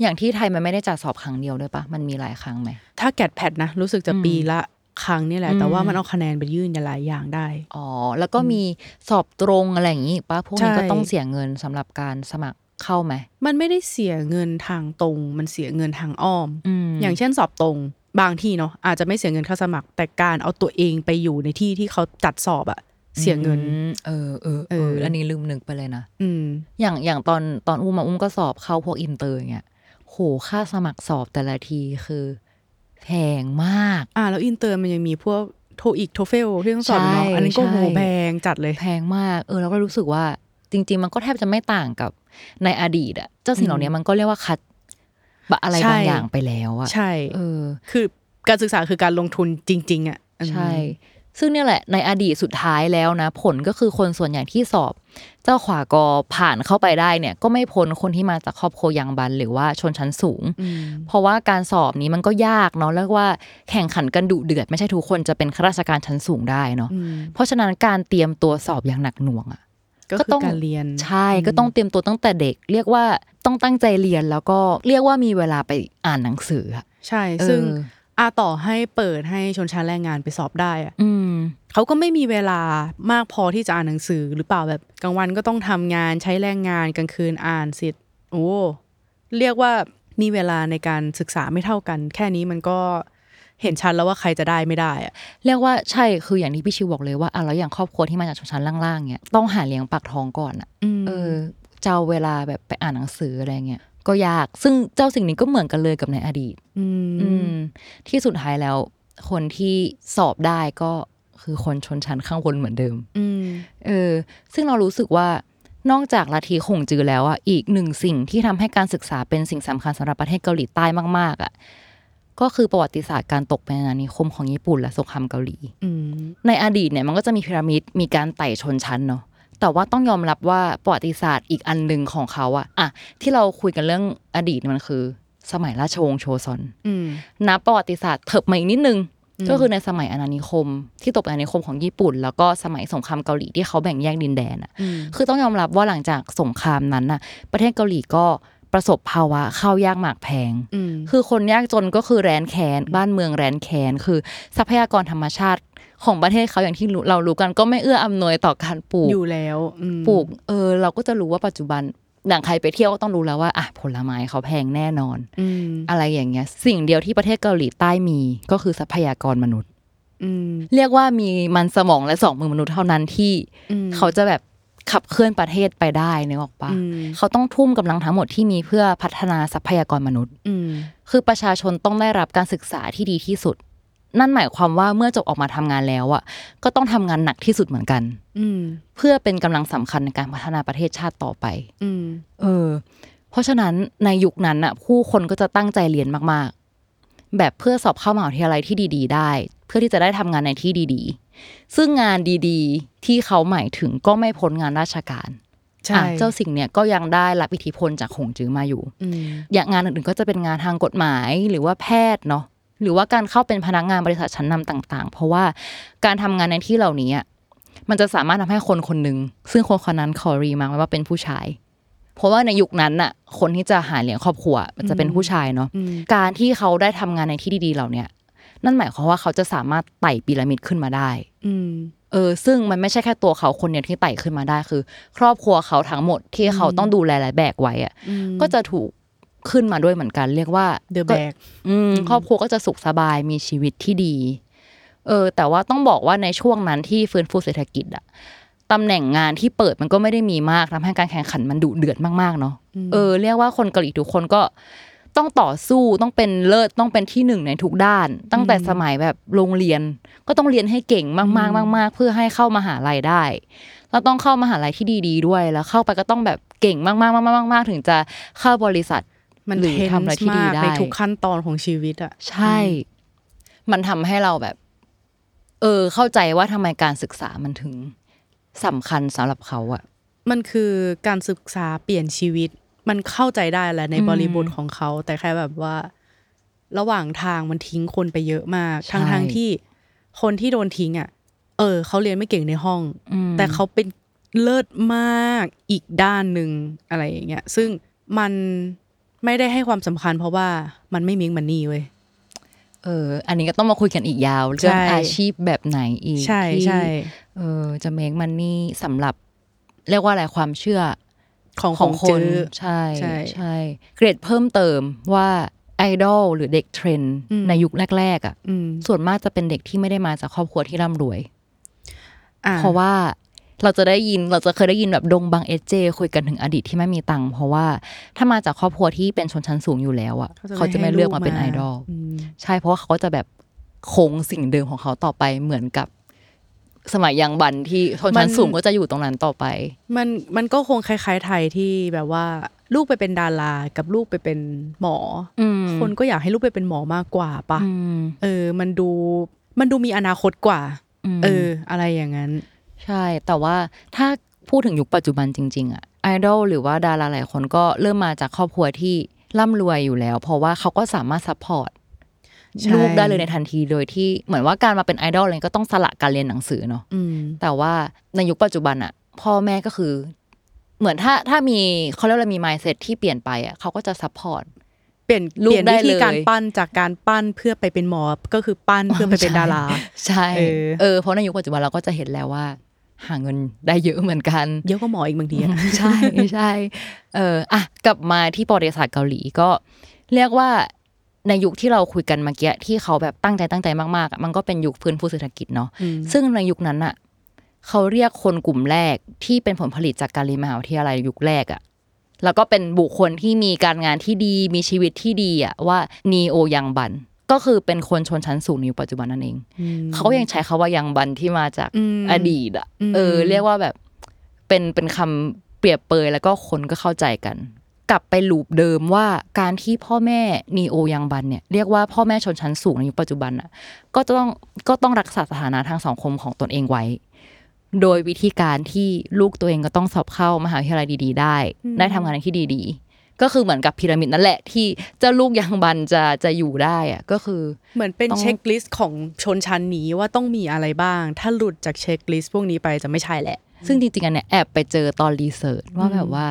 Speaker 2: อย่างที่ไทยมันไม่ได้จัดสอบครั้งเดียวด้วยปะมันมีหลายครั้งไหม
Speaker 3: ถ้าแกดแพดนะรู้สึกจะ
Speaker 2: อืม
Speaker 3: ปีละครั้งนี่แหละ แต่ว่า
Speaker 2: อืม
Speaker 3: มันเอาคะแนนไปยื่นหลายอย่างได้
Speaker 2: อ๋อแล้วก็มีสอบตรงอะไรอย่างนี้อีกปะพวกนี้
Speaker 3: ใช่
Speaker 2: ก็ต้องเสียเงินสำหรับการสมัครเข้าไหม
Speaker 3: มันไม่ได้เสียเงินทางตรง มันเสียเงินทางอ้อม
Speaker 2: อืม
Speaker 3: อย่างเช่นสอบตรงบางที่เนาะอาจจะไม่เสียเงินค่าสมัคร แต่การเอาตัวเองไปอยู่ในที่ที่เขาจัดสอบอะเสียเงิน
Speaker 2: อืมเออเออเอ
Speaker 3: เอ
Speaker 2: อ
Speaker 3: ออั
Speaker 2: อันนี้ลืมนึกไปเลยนะ
Speaker 3: อืม
Speaker 2: อย่างอย่างตอนตอนอุ้มมาอุ้มก็สอบเข้าพวกอินเตอร์อย่างเงี้ยโหค่าสมัครสอบแต่ละทีคือแพงมาก
Speaker 3: อ่าแล้วอินเตอร์มันยังมีพวกโทอีกโทเฟลที่ต้องสอบอยู่เนาะ
Speaker 2: ใช่
Speaker 3: อันนี้นก็โห
Speaker 2: ใช่
Speaker 3: แพงจัดเลย
Speaker 2: แพงมาก เออเราก็รู้สึกว่าจริง ๆ มันก็แทบจะไม่ต่างกับในอดีตอะเจ้าสิ่งเหล่านี้มันก็เรียกว่าคัดบะอะไร
Speaker 3: ใช่
Speaker 2: บางอย่างไปแล้วอะ
Speaker 3: ใช่
Speaker 2: เออ
Speaker 3: คือการศึกษาคือการลงทุนจริง ๆอะอืม
Speaker 2: ใช่ ซึ่งเนี่ยแหละในอดีตสุดท้ายแล้วนะ ผลก็คือคนส่วนใหญ่ที่สอบ เจ้าขวากอผ่านเข้าไปได้เนี่ย ก็ไม่พ้นคนที่มาจากครอบครัวยางบันหรือว่าชนชั้นสูง
Speaker 3: อืม
Speaker 2: เพราะว่าการสอบนี้มันก็ยากเนาะเรียกว่าแข่งขันกันดุเดือดไม่ใช่ทุกคนจะเป็นข้าราชการชั้นสูงได้เนาะ
Speaker 3: อืม
Speaker 2: เพราะฉะนั้นการเตรียมตัวสอบอย่างหนักหน่วงอะ
Speaker 3: ก็
Speaker 2: ก็
Speaker 3: คือ
Speaker 2: ต้อง
Speaker 3: การเรียน
Speaker 2: ใช่ก็ต้องเตรียมตัวตั้งแต่เด็ก เรียกว่าต้องตั้งใจเรียนแล้วก็เรียกว่ามีเวลาไปอ่านหนังสืออะ
Speaker 3: ใช่ ซึ่ง
Speaker 2: เออ
Speaker 3: อาต่อให้เปิดให้ชนชั้นแรงงานไปสอบได้อะ
Speaker 2: อืม
Speaker 3: เขาก็ไม่มีเวลามากพอที่จะอ่านหนังสือหรือเปล่าแบบกลางวันก็ต้องทำงานใช้แรงงานกลางคืนอ่านเสร็จ โอ้เรียกว่ามีเวลาในการศึกษาไม่เท่ากัน แค่นี้มันก็เห็นชัดแล้วว่าใครจะได้ไม่ได้อะ
Speaker 2: เรียกว่าใช่คืออย่างที่พี่ชิวบอกเลยว่าอ่ะแล้วอย่างครอบครัวที่มาจากชนชั้นล่างๆเนี่ยต้องหาเลี้ยงปากท้องก่อนอะ เออเจ้าเวลาแบบไปอ่านหนังสืออะไรเงี้ยก็ยาก ซึ่งเจ้าสิ่งนี้ก็เหมือนกันเลยกับในอดีต
Speaker 3: อื
Speaker 2: อื
Speaker 3: ม
Speaker 2: ม ที่สุดท้ายแล้ว คนที่สอบได้ก็คือคนชนชั้นข้างบนเหมือนเดิม
Speaker 3: อืม
Speaker 2: เออ ซึ่งเรารู้สึกว่านอกจากลัทธิขงจือแล้วอ่ะอีกหนึ่งสิ่งที่ทำให้การศึกษาเป็นสิ่งสำคัญสำหรับประเทศเกาหลีใต้มาก ๆอ่ะก็คือประวัติศาสตร์การตกเป็นอาณานิคมของญี่ปุ่นและสงครามเกาหลี
Speaker 3: อืม
Speaker 2: ในอดีตเนี่ยมันก็จะมีพีระมิดมีการไต่ชนชั้นเนาะแต่ว่าต้องยอมรับว่าประวัติศาสตร์อีกอันหนึ่งของเขาอะอะที่เราคุยกันเรื่องอดีตเนี่ยมันคือ สมัยราชวงศ์โชซอน
Speaker 3: อืม
Speaker 2: นับประวัติศาสตร์เถิบมาอีกนิดนึง ก็คือในสมัยอาณานิคม ที่ตกเป็นอาณานิคมของญี่ปุ่น แล้วก็สมัยสงครามเกาหลีที่เขาแบ่งแยกดินแดนอะ
Speaker 3: อืม
Speaker 2: คือต้องยอมรับว่าหลังจากสงครามนั้นน่ะ ประเทศเกาหลีก็ประสบภาวะข้าวยากหมากแพง
Speaker 3: อืม
Speaker 2: คือคนยากจนก็คือแรนแค้นบ้านเมืองแรนแค้นคือทรัพยากรธรรมชาติของประเทศเขาอย่างที่รู้เรารู้กันก็ไม่เอื้ออำนวยต่อการปลูก
Speaker 3: อยู่แล้วอืม
Speaker 2: ปลูกเออเราก็จะรู้ว่าปัจจุบันอย่างใครไปเที่ยวก็ต้องรู้แล้วว่าอ่ะผลไม้เขาแพงแน่นอน
Speaker 3: อืม
Speaker 2: อะไรอย่างเงี้ยสิ่งเดียวที่ประเทศเกาหลีใต้มีก็คือทรัพยากรมนุษย์
Speaker 3: อืม
Speaker 2: เรียกว่ามีมันสมองและสองมือมนุษย์เท่านั้นที่
Speaker 3: อืม
Speaker 2: เขาจะแบบขับเคลื่อนประเทศไปได้นึกออกปะ
Speaker 3: อืม
Speaker 2: เขาต้องทุ่มกำลังทั้งหมดที่มีเพื่อพัฒนาทรัพยากรมนุษย์
Speaker 3: อืม
Speaker 2: คือประชาชนต้องได้รับการศึกษาที่ดีที่สุด นั่นหมายความว่าเมื่อจบออกมาทำงานแล้วอ่ะก็ต้องทำงานหนักที่สุดเหมือนกัน
Speaker 3: อืม
Speaker 2: เพื่อเป็นกำลังสำคัญในการพัฒนาประเทศชาติต่อไป
Speaker 3: อืม
Speaker 2: เออ เพราะฉะนั้นในยุคนั้นอ่ะผู้คนก็จะตั้งใจเรียนมากๆ แบบเพื่อสอบเข้ามหาวิทยาลัยที่ดี ๆ ได้ เพื่อที่จะได้ทำงานในที่ดีๆ ซึ่งงานดีๆ ที่เขาหมายถึงก็ไม่พ้นงานราชการ
Speaker 3: ใช่
Speaker 2: อ่ะเจ้าสิ่งเนี่ยก็ยังได้รับอิทธิพลจากหงจื้อมาอยู่
Speaker 3: อืม
Speaker 2: อย่างงานอื่นๆก็จะเป็นงานทางกฎหมายหรือว่าแพทย์เนาะหรือว่าการเข้าเป็นพนักงานบริษัทชั้นนำต่าง ๆ เพราะว่าการทำงานในที่เหล่านี้อะมันจะสามารถทำให้คนคนหนึ่งซึ่งคนคนนั้นขอรีมาร์คไว้ว่าเป็นผู้ชาย เพราะว่าในยุคนั้นน่ะ คนที่จะหาเลี้ยงครอบครัวมันจะเป็นผู้ชายเนาะ
Speaker 3: อืม
Speaker 2: การที่เขาได้ทำงานในที่ดีๆเหล่าเนี้ยนั่นหมายความว่าเขาจะสามารถไต่พีระมิดขึ้นมาได้
Speaker 3: อืม
Speaker 2: เออซึ่งมันไม่ใช่แค่ตัวเขาคนเดียวที่ไต่ขึ้นมาได้คือ ครอบครัวเขาทั้งหมดที่เขาต้องดูแลและแบกไว้อะก็จะถูกขึ้นมาด้วยเหมือนกัน เรียกว่า
Speaker 3: The
Speaker 2: ก็
Speaker 3: bag
Speaker 2: อืมครอบครัวก็จะสุขสบายมีชีวิตที่ดี เออ แต่ว่าต้องบอกว่าในช่วงนั้นที่ฟื้นฟูเศรษฐกิจอะตำแหน่งงานที่เปิดมันก็ไม่ได้มีมากทำให้การแข่งขันมันดุเดือดมากๆเนาะเออเรียกว่าคนเกาหลีทุกคนก็ต้องต่อสู้ต้องเป็นเลิศต้องเป็นที่หนึ่งในทุกด้าน ตั้งแต่สมัยแบบโรงเรียน ก็ต้องเรียนให้เก่งมากๆมาก ๆ เพื่อให้เข้ามาหาลัยได้ เราต้องเข้ามหาลัยที่ดี ๆ ด้วยแล้วเข้าไปก็ต้องแบบเก่งมากๆมากๆๆๆถึงจะเข้าบริษัท
Speaker 3: มัน
Speaker 2: หรือ
Speaker 3: เทน
Speaker 2: ทำอะไร
Speaker 3: ส์
Speaker 2: ที่ดี
Speaker 3: มาก
Speaker 2: ได้
Speaker 3: ในทุกขั้นตอนของชีวิตอ่ะ
Speaker 2: ใช่ มันทำให้เราแบบ เออ เข้าใจว่าทำไมการศึกษามันถึงสำคัญสำหรับเขาอะ
Speaker 3: มันคือการศึกษาเปลี่ยนชีวิต มันเข้าใจได้แหละในบริบทของเขา แต่แค่แบบว่า ระหว่างทางมันทิ้งคนไปเยอะมาก
Speaker 2: ใช่
Speaker 3: ทั้งทงๆที่คนที่โดนทิ้งอ่ะ เออ เขาเรียนไม่เก่งในห้อง แต่เขาเป็นเลิศมากอีกด้านหนึ่งอะไรอย่างเงี้ย ซึ่งมันไม่ได้ให้ความสำคัญ เพราะว่ามันไม่มิงมันนี่เว้ย
Speaker 2: เออ อันนี้ก็ต้องมาคุยกันอีกยาว เรื่อง
Speaker 3: ใช่
Speaker 2: อาชีพแบบไหนอีก
Speaker 3: ใช่
Speaker 2: ที่
Speaker 3: ใช่
Speaker 2: เออ จะเม k มันนี่สำหรับ เรียกว่าอะไรความเชื่อ
Speaker 3: ของ
Speaker 2: ของ
Speaker 3: ข
Speaker 2: ค
Speaker 3: อง
Speaker 2: น
Speaker 3: จื้อ
Speaker 2: ใช่
Speaker 3: ใช่
Speaker 2: ใช่ เกรดเพิ่มเติมว่าไอดอลหรือเด็กเทรนด์
Speaker 3: อืม
Speaker 2: ในยุคแรก ๆอะ
Speaker 3: อืม
Speaker 2: ส่วนมากจะเป็นเด็กที่ไม่ได้มาจากครอบครัวที่ร่ำรวย
Speaker 3: อ่
Speaker 2: เพราะว่าเราจะได้ยินเราจะเคยได้ยินแบบดงบังเอเจ คุยกันถึงอดีตที่ไม่มีตังค์เพราะว่าถ้ามาจากครอบครัวที่เป็นชนชั้นสูงอยู่แล้วอ่ะเขาจะไม่เลือกมาเป็นไอดอล
Speaker 3: ม
Speaker 2: ใช่เพราะว่าเขาก็จะแบบคงสิ่งเดิมของเขาต่อไปเหมือนกับ สมัยยังบันที่ชนชั้น
Speaker 3: มัน
Speaker 2: สูงก็จะอยู่ตรงนั้นต่อไป
Speaker 3: มันมันก็คงคล้าย ๆ ไทยที่แบบว่า ลูกไปเป็นดารากับลูกไปเป็นหมออ
Speaker 2: อืม
Speaker 3: คนก็อยากให้ลูกไปเป็นหมอมากกว่าปะ
Speaker 2: อืม
Speaker 3: เออ มันดูมันดูมีอนาคตกว่า
Speaker 2: ม
Speaker 3: เออ อะไรอย่างนั้น
Speaker 2: ใช่ แต่ว่าถ้าพูดถึงยุคปัจจุบันจริง ๆอะไอดอลหรือว่าดาราหลายคนก็เริ่มมาจากครอบครัวที่ร่ำรวยอยู่แล้ว เพราะว่าเขาก็สามารถซัพพอร์ต
Speaker 3: ใช่
Speaker 2: ลูกได้เลยในทันทีโดยที่เหมือนว่าการมาเป็นไอดอลเลยก็ต้องสละการเรียนหนังสือเนาะ
Speaker 3: อืม
Speaker 2: แต่ว่าในยุคปัจจุบันอะพ่อแม่ก็คือ เหมือนถ้าถ้ามีเขาเรียกว่ามี mindset ที่เปลี่ยนไปอะเขาก็จะซัพพอร์ต
Speaker 3: เปลี่ยน
Speaker 2: ลูก
Speaker 3: เปลี่ยน
Speaker 2: ได้
Speaker 3: วิธี
Speaker 2: เลย
Speaker 3: การปั้นจากการปั้นเพื่อไปเป็นหมอก็คือปั้นเพื่อไปเป็นดารา
Speaker 2: ใช่
Speaker 3: เออ
Speaker 2: เออเพราะในยุคปัจจุบันเราก็จะเห็นแล้วว่า หาเงินได้เยอะเหมือนกัน
Speaker 3: เยอะก็หมออีกบางทีอะ
Speaker 2: ใช่ใช่เอออ่ะกลับมาที่ประวัติศาสตร์เกาหลีก็เรียกว่าในยุคที่เราคุยกันเมื่อกี้ที่เขาแบบตั้งใจตั้งใจมากๆอะมันก็เป็นยุคฟื้นฟูเศรษฐกิจเนาะซึ่งในยุคนั้นอ่ะเขาเรียกคนกลุ่มแรกที่เป็นผลผลิตจากการเรียนมหาวิทยาลัยยุคแรกอ่ะแล้วก็เป็นบุคคลที่มีการงานที่ดีมีชีวิตที่ดีอ่ะว่านีโอยังบัน ก็คือเป็นคนชนชั้นสูงในยุคปัจจุบันนั่นเอง เขายังใช้คาว่ายังบันที่มาจาก
Speaker 3: อืม
Speaker 2: อดีตอ่ะ
Speaker 3: อืม
Speaker 2: เออ เรียกว่าแบบเป็นเป็นคำเปรียบเปรยแล้วก็คนก็เข้าใจกัน กลับไปลูปเดิมว่าการที่พ่อแม่นีโอยังบันเนี่ยเรียกว่าพ่อแม่ชนชั้นสูงในยุคปัจจุบันอ่ะก็ต้องก็ต้องรักษาสถานะทางสังคมของตนเองไว้ โดยวิธีการที่ลูกตัวเองก็ต้องสอบเข้ามหาวิทยาลัยดีๆ ได้ ได้ทำงานที่ดีๆ ก็คือเหมือนกับพีระมิดนั่นแหละ ที่เจ้าลูกยังบันจะจะอยู่ได้อ่ะก็คือ
Speaker 3: เหมือนเป็น
Speaker 2: ต้อง
Speaker 3: เช็คลิสต์ของชนชั้นนี้ว่าต้องมีอะไรบ้าง ถ้าหลุดจากเช็คลิสต์พวกนี้ไปจะไม่ใช่แหละ
Speaker 2: ซึ่งจริงๆอันเนี้ยแอบไปเจอตอนรีเสิร์ชว่าแบบว่า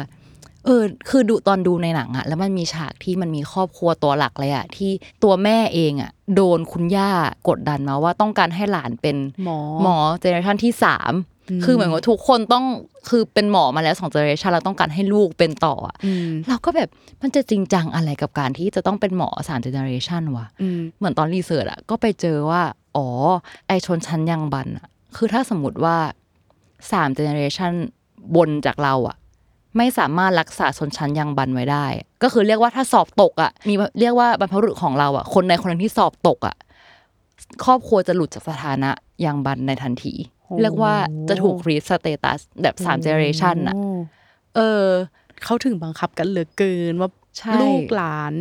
Speaker 2: เออ คือดูตอนดูในหนังอะแล้วมันมีฉากที่มันมีครอบครัวตัวหลักเลยอะที่ตัวแม่เองอะโดนคุณย่ากดดันมาว่าต้องการให้หลานเป็น
Speaker 3: หมอ
Speaker 2: หมอเจเนอเรชันที่สามคือเหมือนว่าทุกคนต้องคือเป็นหมอมาแล้วสองเจเนอเรชันเราต้องการให้ลูกเป็นต่ออะเราก็แบบมันจะจริงจังอะไรกับการที่จะต้องเป็นหมอสามเจเนอเรชันวะ
Speaker 3: อืม
Speaker 2: เหมือนตอนรีเสิร์ชอะก็ไปเจอว่า อ๋อ ไอชนชั้นยังบันอะคือถ้าสมมติว่าสามเจเนอเรชันบนจากเราอะไม่สามารถรักษาชนชั้นยังบันไว้ได้ ก็คือเรียกว่าถ้าสอบตกอะมีเรียกว่าบรรพบุรุษของเราอะคนในคนหนึงที่สอบตกอะครอบครัวจะหลุดจากสถานะยังบันในทันที เรียกว่าจะถูกรีสเตตัสแบบสามเจเนอเรชันอะ
Speaker 3: โอ้
Speaker 2: เออ
Speaker 3: เขาถึงบังคับกันเหลือเกินว่า
Speaker 2: ใช่
Speaker 3: ลูกหลาน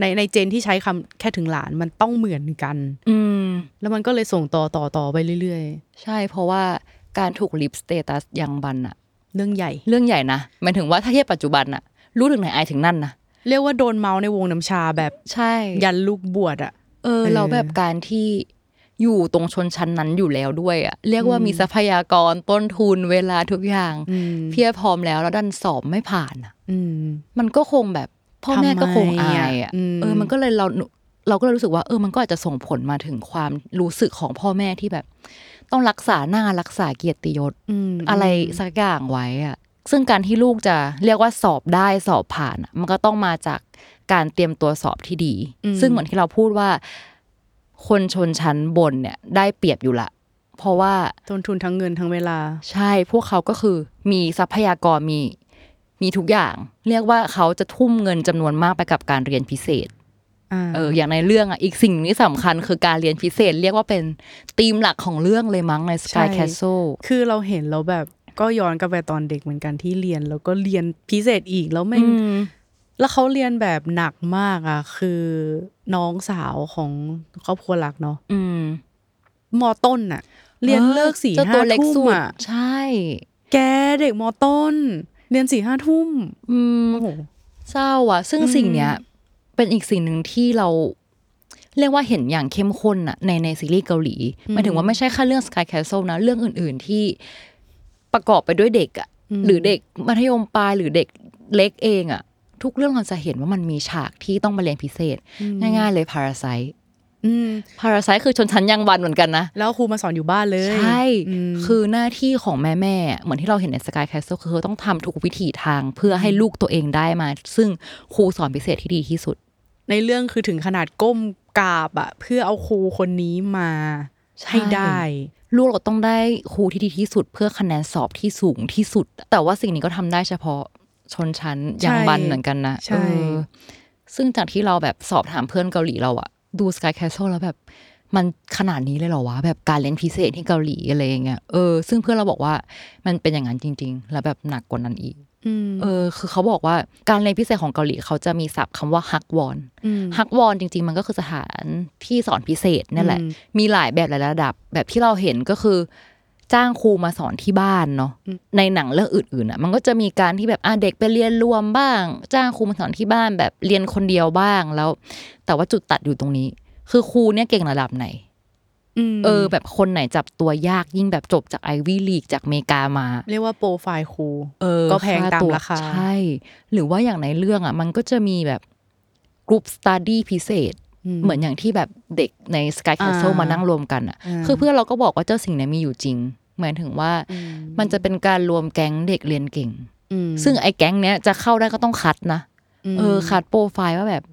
Speaker 3: ในในเจนที่ใช้คำแค่ถึงหลานมันต้องเหมือนกัน
Speaker 2: อืม
Speaker 3: แล้วมันก็เลยส่งต่อต่อต่อไปเรื่อย
Speaker 2: ใช่เพราะว่าการถูกรีสเตตัสยังบันอะ
Speaker 3: ๆ เรื่องใหญ่
Speaker 2: เรื่องใหญ่นะหมายถึงว่าถ้าเทียบปัจจุบันอะรู้ถึงไหนอายถึงนั่นนะ
Speaker 3: เรียกว่าโดนเมาส์ในวงน้ำชาแบบ
Speaker 2: ใช่
Speaker 3: ยันลูกบวชอะ
Speaker 2: เออเราแบบการที่อยู่ตรงชนชั้นนั้นอยู่แล้วด้วยอะเรียกว่ามีทรัพยากรต้นทุนเวลาทุกอย่าง เพียบพร้อมแล้วแล้วดันสอบไม่ผ่านอะ
Speaker 3: อืม
Speaker 2: มันก็คงแบบพ่อแม่ก็คงอายอะ
Speaker 3: ทำไมอะอืม
Speaker 2: เออมันก็เลยเราเราก็เลยรู้สึกว่าเออมันก็อาจจะส่งผลมาถึงความรู้สึกของพ่อแม่ที่แบบ ต้องรักษาหน้ารักษาเกียรติยศ
Speaker 3: อืม
Speaker 2: อะไรสักอย่างไว้อะซึ่งการที่ลูกจะเรียกว่าสอบได้สอบผ่านอะมันก็ต้องมาจากการเตรียมตัวสอบที่ดี
Speaker 3: อืม
Speaker 2: ซึ่งเหมือนที่เราพูดว่า คนชนชั้นบนเนี่ย ได้เปรียบอยู่ละ เพราะว่า
Speaker 3: ต้นทุนทั้งเงินทั้งเวลา
Speaker 2: ใช่พวกเขาก็คือมีทรัพยากรมีมีทุกอย่าง เรียกว่าเขาจะทุ่มเงินจำนวนมากไปกับการเรียนพิเศษ
Speaker 3: อ่า
Speaker 2: เอออย่างในเรื่องอ่ะอีกสิ่งที่สำคัญคือการเรียนพิเศษ เรียกว่าเป็นธีมหลักของเรื่องเลยมั้งใน Sky
Speaker 3: ใช่
Speaker 2: Castle
Speaker 3: คือเราเห็นแล้วแบบก็ย้อนกลับไปตอนเด็กเหมือนกันที่เรียนแล้วก็เรียนพิเศษอีกแล้วไม่
Speaker 2: อืม
Speaker 3: แล้วเขาเรียนแบบหนักมากอะคือน้องสาวของครอบครัวหลักเนาะ
Speaker 2: อืม
Speaker 3: มอต้นอะเรียนเลิกสี่
Speaker 2: จ้
Speaker 3: ห้า
Speaker 2: ตัวเล็ก
Speaker 3: ทุ่
Speaker 2: สุ
Speaker 3: ม
Speaker 2: ด
Speaker 3: อะ
Speaker 2: ใช่
Speaker 3: แกเด็กมอต้น เรียนสี่ห้าทุ่ม
Speaker 2: อืม
Speaker 3: โอ้โห
Speaker 2: เศร้าอ่ะ ซึ่งสิ่งเนี้ย เป็นอีกสิ่งหนึ่งที่เรา เรียกว่าเห็นอย่างเข้มข้นอะในในซีรีส์เกาหลีหมายถึงว่าไม่ใช่แค่เรื่อง Sky Castle นะ เรื่องอื่น ๆ ที่ประกอบไปด้วยเด็กอะหรือเด็กมัธยมปลายหรือเด็กเล็กเองอะทุกเรื่องเราจะเห็นว่ามันมีฉากที่ต้องมาเรียนพิเศษ ง่าย ๆ เลยพาราไซ
Speaker 3: อืม
Speaker 2: พาราไซคือชนชั้นยังบันเหมือนกันนะ
Speaker 3: แล้วครูมาสอนอยู่บ้านเลย
Speaker 2: ใช่
Speaker 3: อืม
Speaker 2: คือหน้าที่ของแม่แม่ๆเหมือนที่เราเห็นในสกายแคสเซิลคือเขาต้องทำทุกวิถีทางเพื่อให้ลูกตัวเองได้มา ซึ่งครูสอนพิเศษที่ดีที่สุด
Speaker 3: ในเรื่องคือถึงขนาดก้มกราบอะเพื่อเอาครูคนนี้มาให้ได้
Speaker 2: ลูกเราต้องได้ครูที่ดีที่สุด เพื่อคะแนนสอบที่สูงที่สุด แต่ว่าสิ่งนี้ก็ทำได้เฉพาะชนชั้นยังบันเหมือนกันนะ
Speaker 3: ใช่
Speaker 2: เออซึ่งจากที่เราแบบสอบถามเพื่อนเกาหลีเราอะดูสกายแคสเซิลแล้วแบบ มันขนาดนี้เลยเหรอวะ แบบการเรียนพิเศษที่เกาหลีอะไรอย่างเงี้ยเออซึ่งเพื่อนเราบอกว่ามันเป็นอย่างนั้นจริง ๆ แล้วแบบหนักกว่านั้นอีก
Speaker 3: อืม
Speaker 2: เออคือเขาบอกว่าการเรียนพิเศษของเกาหลีเขาจะมีศัพท์คำว่าฮักวอน
Speaker 3: อืม
Speaker 2: ฮักวอนจริง ๆ มันก็คือสถานที่สอนพิเศษนั่นแหละ
Speaker 3: อืม
Speaker 2: มีหลายแบบหลายระดับ แบบที่เราเห็นก็คือจ้างครูมาสอนที่บ้านเนาะในหนังเรื่องอื่นๆอ่ะมันก็จะมีการที่แบบอ่ะเด็กไปเรียนรวมบ้าง จ้างครูมาสอนที่บ้านแบบเรียนคนเดียวบ้างแล้ว แต่ว่าจุดตัดอยู่ตรงนี้ คือครูเนี่ยเก่งระดับไหน
Speaker 3: ม
Speaker 2: เออ แบบคนไหนจับตัวยากยิ่งแบบจบจากไอวี่ลีกจากอเมริกามา
Speaker 3: เรียกว่าโปรไฟล์ครู
Speaker 2: เออ
Speaker 3: ก็แพงตาม
Speaker 2: ว
Speaker 3: ราคา
Speaker 2: ใช่ หรือว่าอย่างในเรื่องอ่ะ มันก็จะมีแบบกลุ่มสตูดี้พิเศษ เหมือนอย่างที่แบบเด็กใน Sky Castle
Speaker 3: อ่าม
Speaker 2: มานั่งรวมกันอ่ะ
Speaker 3: อ่า
Speaker 2: คือเพื่อนเราก็บอกว่าเจ้าสิ่งเนี้มีอยู่จริง หมายถึงว่ามันจะเป็นการรวมแก๊งเด็กเรียนเก่ง
Speaker 3: อืม
Speaker 2: ซึ่งไอ้แก๊งเนี้ยจะเข้าได้ก็ต้องคัดนะ
Speaker 3: ม
Speaker 2: เออคัดโปรไฟล์ว่าแบบ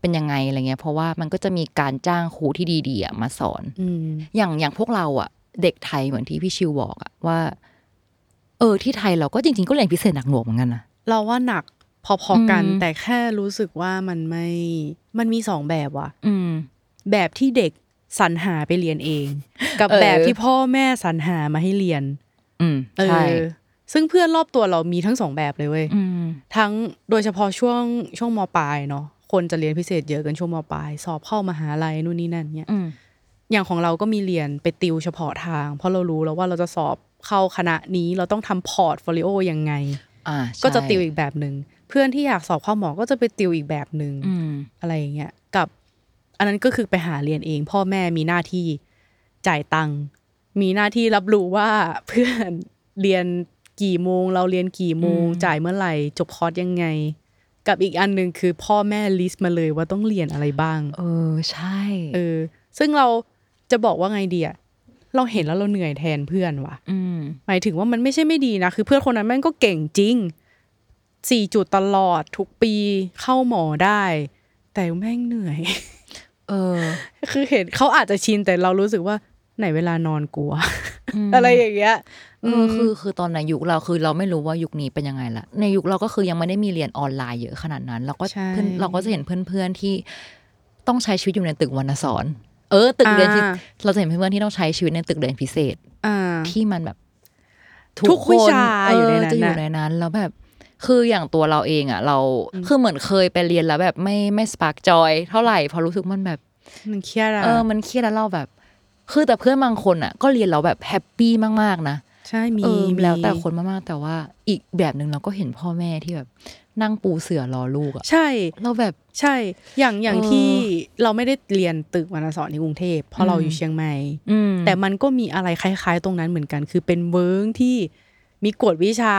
Speaker 2: เป็นยังไงอะไรเงี้ย เพราะว่ามันก็จะมีการจ้างครูที่ดีๆอะมาสอน
Speaker 3: อืม
Speaker 2: อย่างอย่างพวกเราอะเด็กไทยเหมือนที่พี่ชิวบอกอะว่า เออที่ไทยเราก็จริง ๆ ก็เรียนพิเศษหนักหน่วงเหมือนกันนะ
Speaker 3: เราว่าหนักพอๆกัน
Speaker 2: อืม
Speaker 3: แต่แค่รู้สึกว่ามันไม่มันมีสองแบบว่ะ
Speaker 2: อืม
Speaker 3: แบบที่เด็กสรรหาไปเรียนเอง กับ
Speaker 2: เออ
Speaker 3: แบบที่พ่อแม่สรรหามาให้เรียน
Speaker 2: อืม
Speaker 3: เอ
Speaker 2: ใช่
Speaker 3: อ ซึ่งเพื่อนรอบตัวเรามีทั้งสองแบบเลยเว้ย
Speaker 2: อืม
Speaker 3: ทั้งโดยเฉพาะช่วงช่วงมปลายเนาะ คนจะเรียนพิเศษเยอะกันช่วงมปลาย สอบเข้ามหาลัยนู่นนี่นั่นเนี่ย
Speaker 2: อืม
Speaker 3: อย่างของเราก็มีเรียนไปติวเฉพาะทาง เพราะเรารู้แล้วว่าเราจะสอบเข้าคณะนี้เราต้องทำพอร์ตโฟลิโอยังไง
Speaker 2: อ่าใช่
Speaker 3: ก็จะติวอีกแบบหนึ่ง เพื่อนที่อยากสอบเข้าหมอก็จะไปติวอีกแบบหนึ่ง
Speaker 2: อืม
Speaker 3: อะไรอย่างเงี้ยกับอันนั้นก็คือไปหาเรียนเอง พ่อแม่มีหน้าที่จ่ายตังค์มีหน้าที่รับรู้ว่า เพื่อนเรียนกี่โมง เราเรียนกี่โมง
Speaker 2: อืม
Speaker 3: จ่ายเมื่อไหร่ จบคอร์สยังไง กับอีกอันหนึ่งคือพ่อแม่ลิสต์มาเลยว่าต้องเรียนอะไรบ้าง
Speaker 2: เออใช่
Speaker 3: เออ ซึ่งเราจะบอกว่าไงดีอะเราเห็นแล้วเราเหนื่อยแทนเพื่อนว่ะ
Speaker 2: อืม
Speaker 3: หมายถึงว่ามันไม่ใช่ไม่ดีนะ คือเพื่อนคนนั้นแม่งก็เก่งจริงสี่จุดตลอดทุกปีเข้าหมอได้ แต่แม่งเหนื่อย
Speaker 2: เออ
Speaker 3: คือเห็นเขาอาจจะชินแต่เรารู้สึกว่าไหนเวลานอนกลัว อะไรอย่างเงี้ย
Speaker 2: เออคือคือตอนในนยุคเราคือเราไม่รู้ว่ายุคนี้เป็นยังไงละในยุคเราก็คือยังไม่ได้มีเรียนออนไลน์เยอะขนาดนั้น เราก็
Speaker 3: ใช่
Speaker 2: เพื่อนเราก็จะเห็นเพื่อนๆที่ต้องใช้ชีวิตอยู่ในตึกวรรณสอนเออ ตึกเรียนพิ
Speaker 3: อ่า
Speaker 2: เราจะเห็นเพื่อนๆที่ต้องใช้ชีวิตในตึกเรียนพิเศษ
Speaker 3: อ่า
Speaker 2: ที่มันแบบ
Speaker 3: ทุกวิชา
Speaker 2: เ
Speaker 3: ยู่ในนั้น
Speaker 2: จะอยู่
Speaker 3: น่ะ
Speaker 2: ในนั้น แล้วแบบ คืออย่างตัวเราเองอ่ะ เราคือเหมือนเคยไปเรียนแล้วแบบไม่ไม่สปาร์กจอยเท่าไหร่เพอรู้สึกมันแบบ
Speaker 3: มันเครียดอะ
Speaker 2: เออมันเครียดแล้วเราแบบ คือแต่เพื่อนบางคนอ่ะ ก็เรียนเราแบบแฮปปี้มากๆนะ
Speaker 3: ใช่มี
Speaker 2: เออ
Speaker 3: มี
Speaker 2: แล้วแต่คนมากๆ แต่ว่าอีกแบบหนึ่งเราก็เห็นพ่อแม่ที่แบบ นั่งปูเสือรอลูกอะ
Speaker 3: ใช่
Speaker 2: เราแบบ
Speaker 3: ใช่ อย่างอย่าง
Speaker 2: เออ
Speaker 3: ที่เราไม่ได้เรียนตึกวรรณสอนที่กรุงเทพเพราะเรา
Speaker 2: อืม
Speaker 3: อยู่เชียงใหม่
Speaker 2: อืม
Speaker 3: แต่มันก็มีอะไรคล้าย ๆ ตรงนั้นเหมือนกัน คือเป็นเวิร์งที่มีกฎวิชา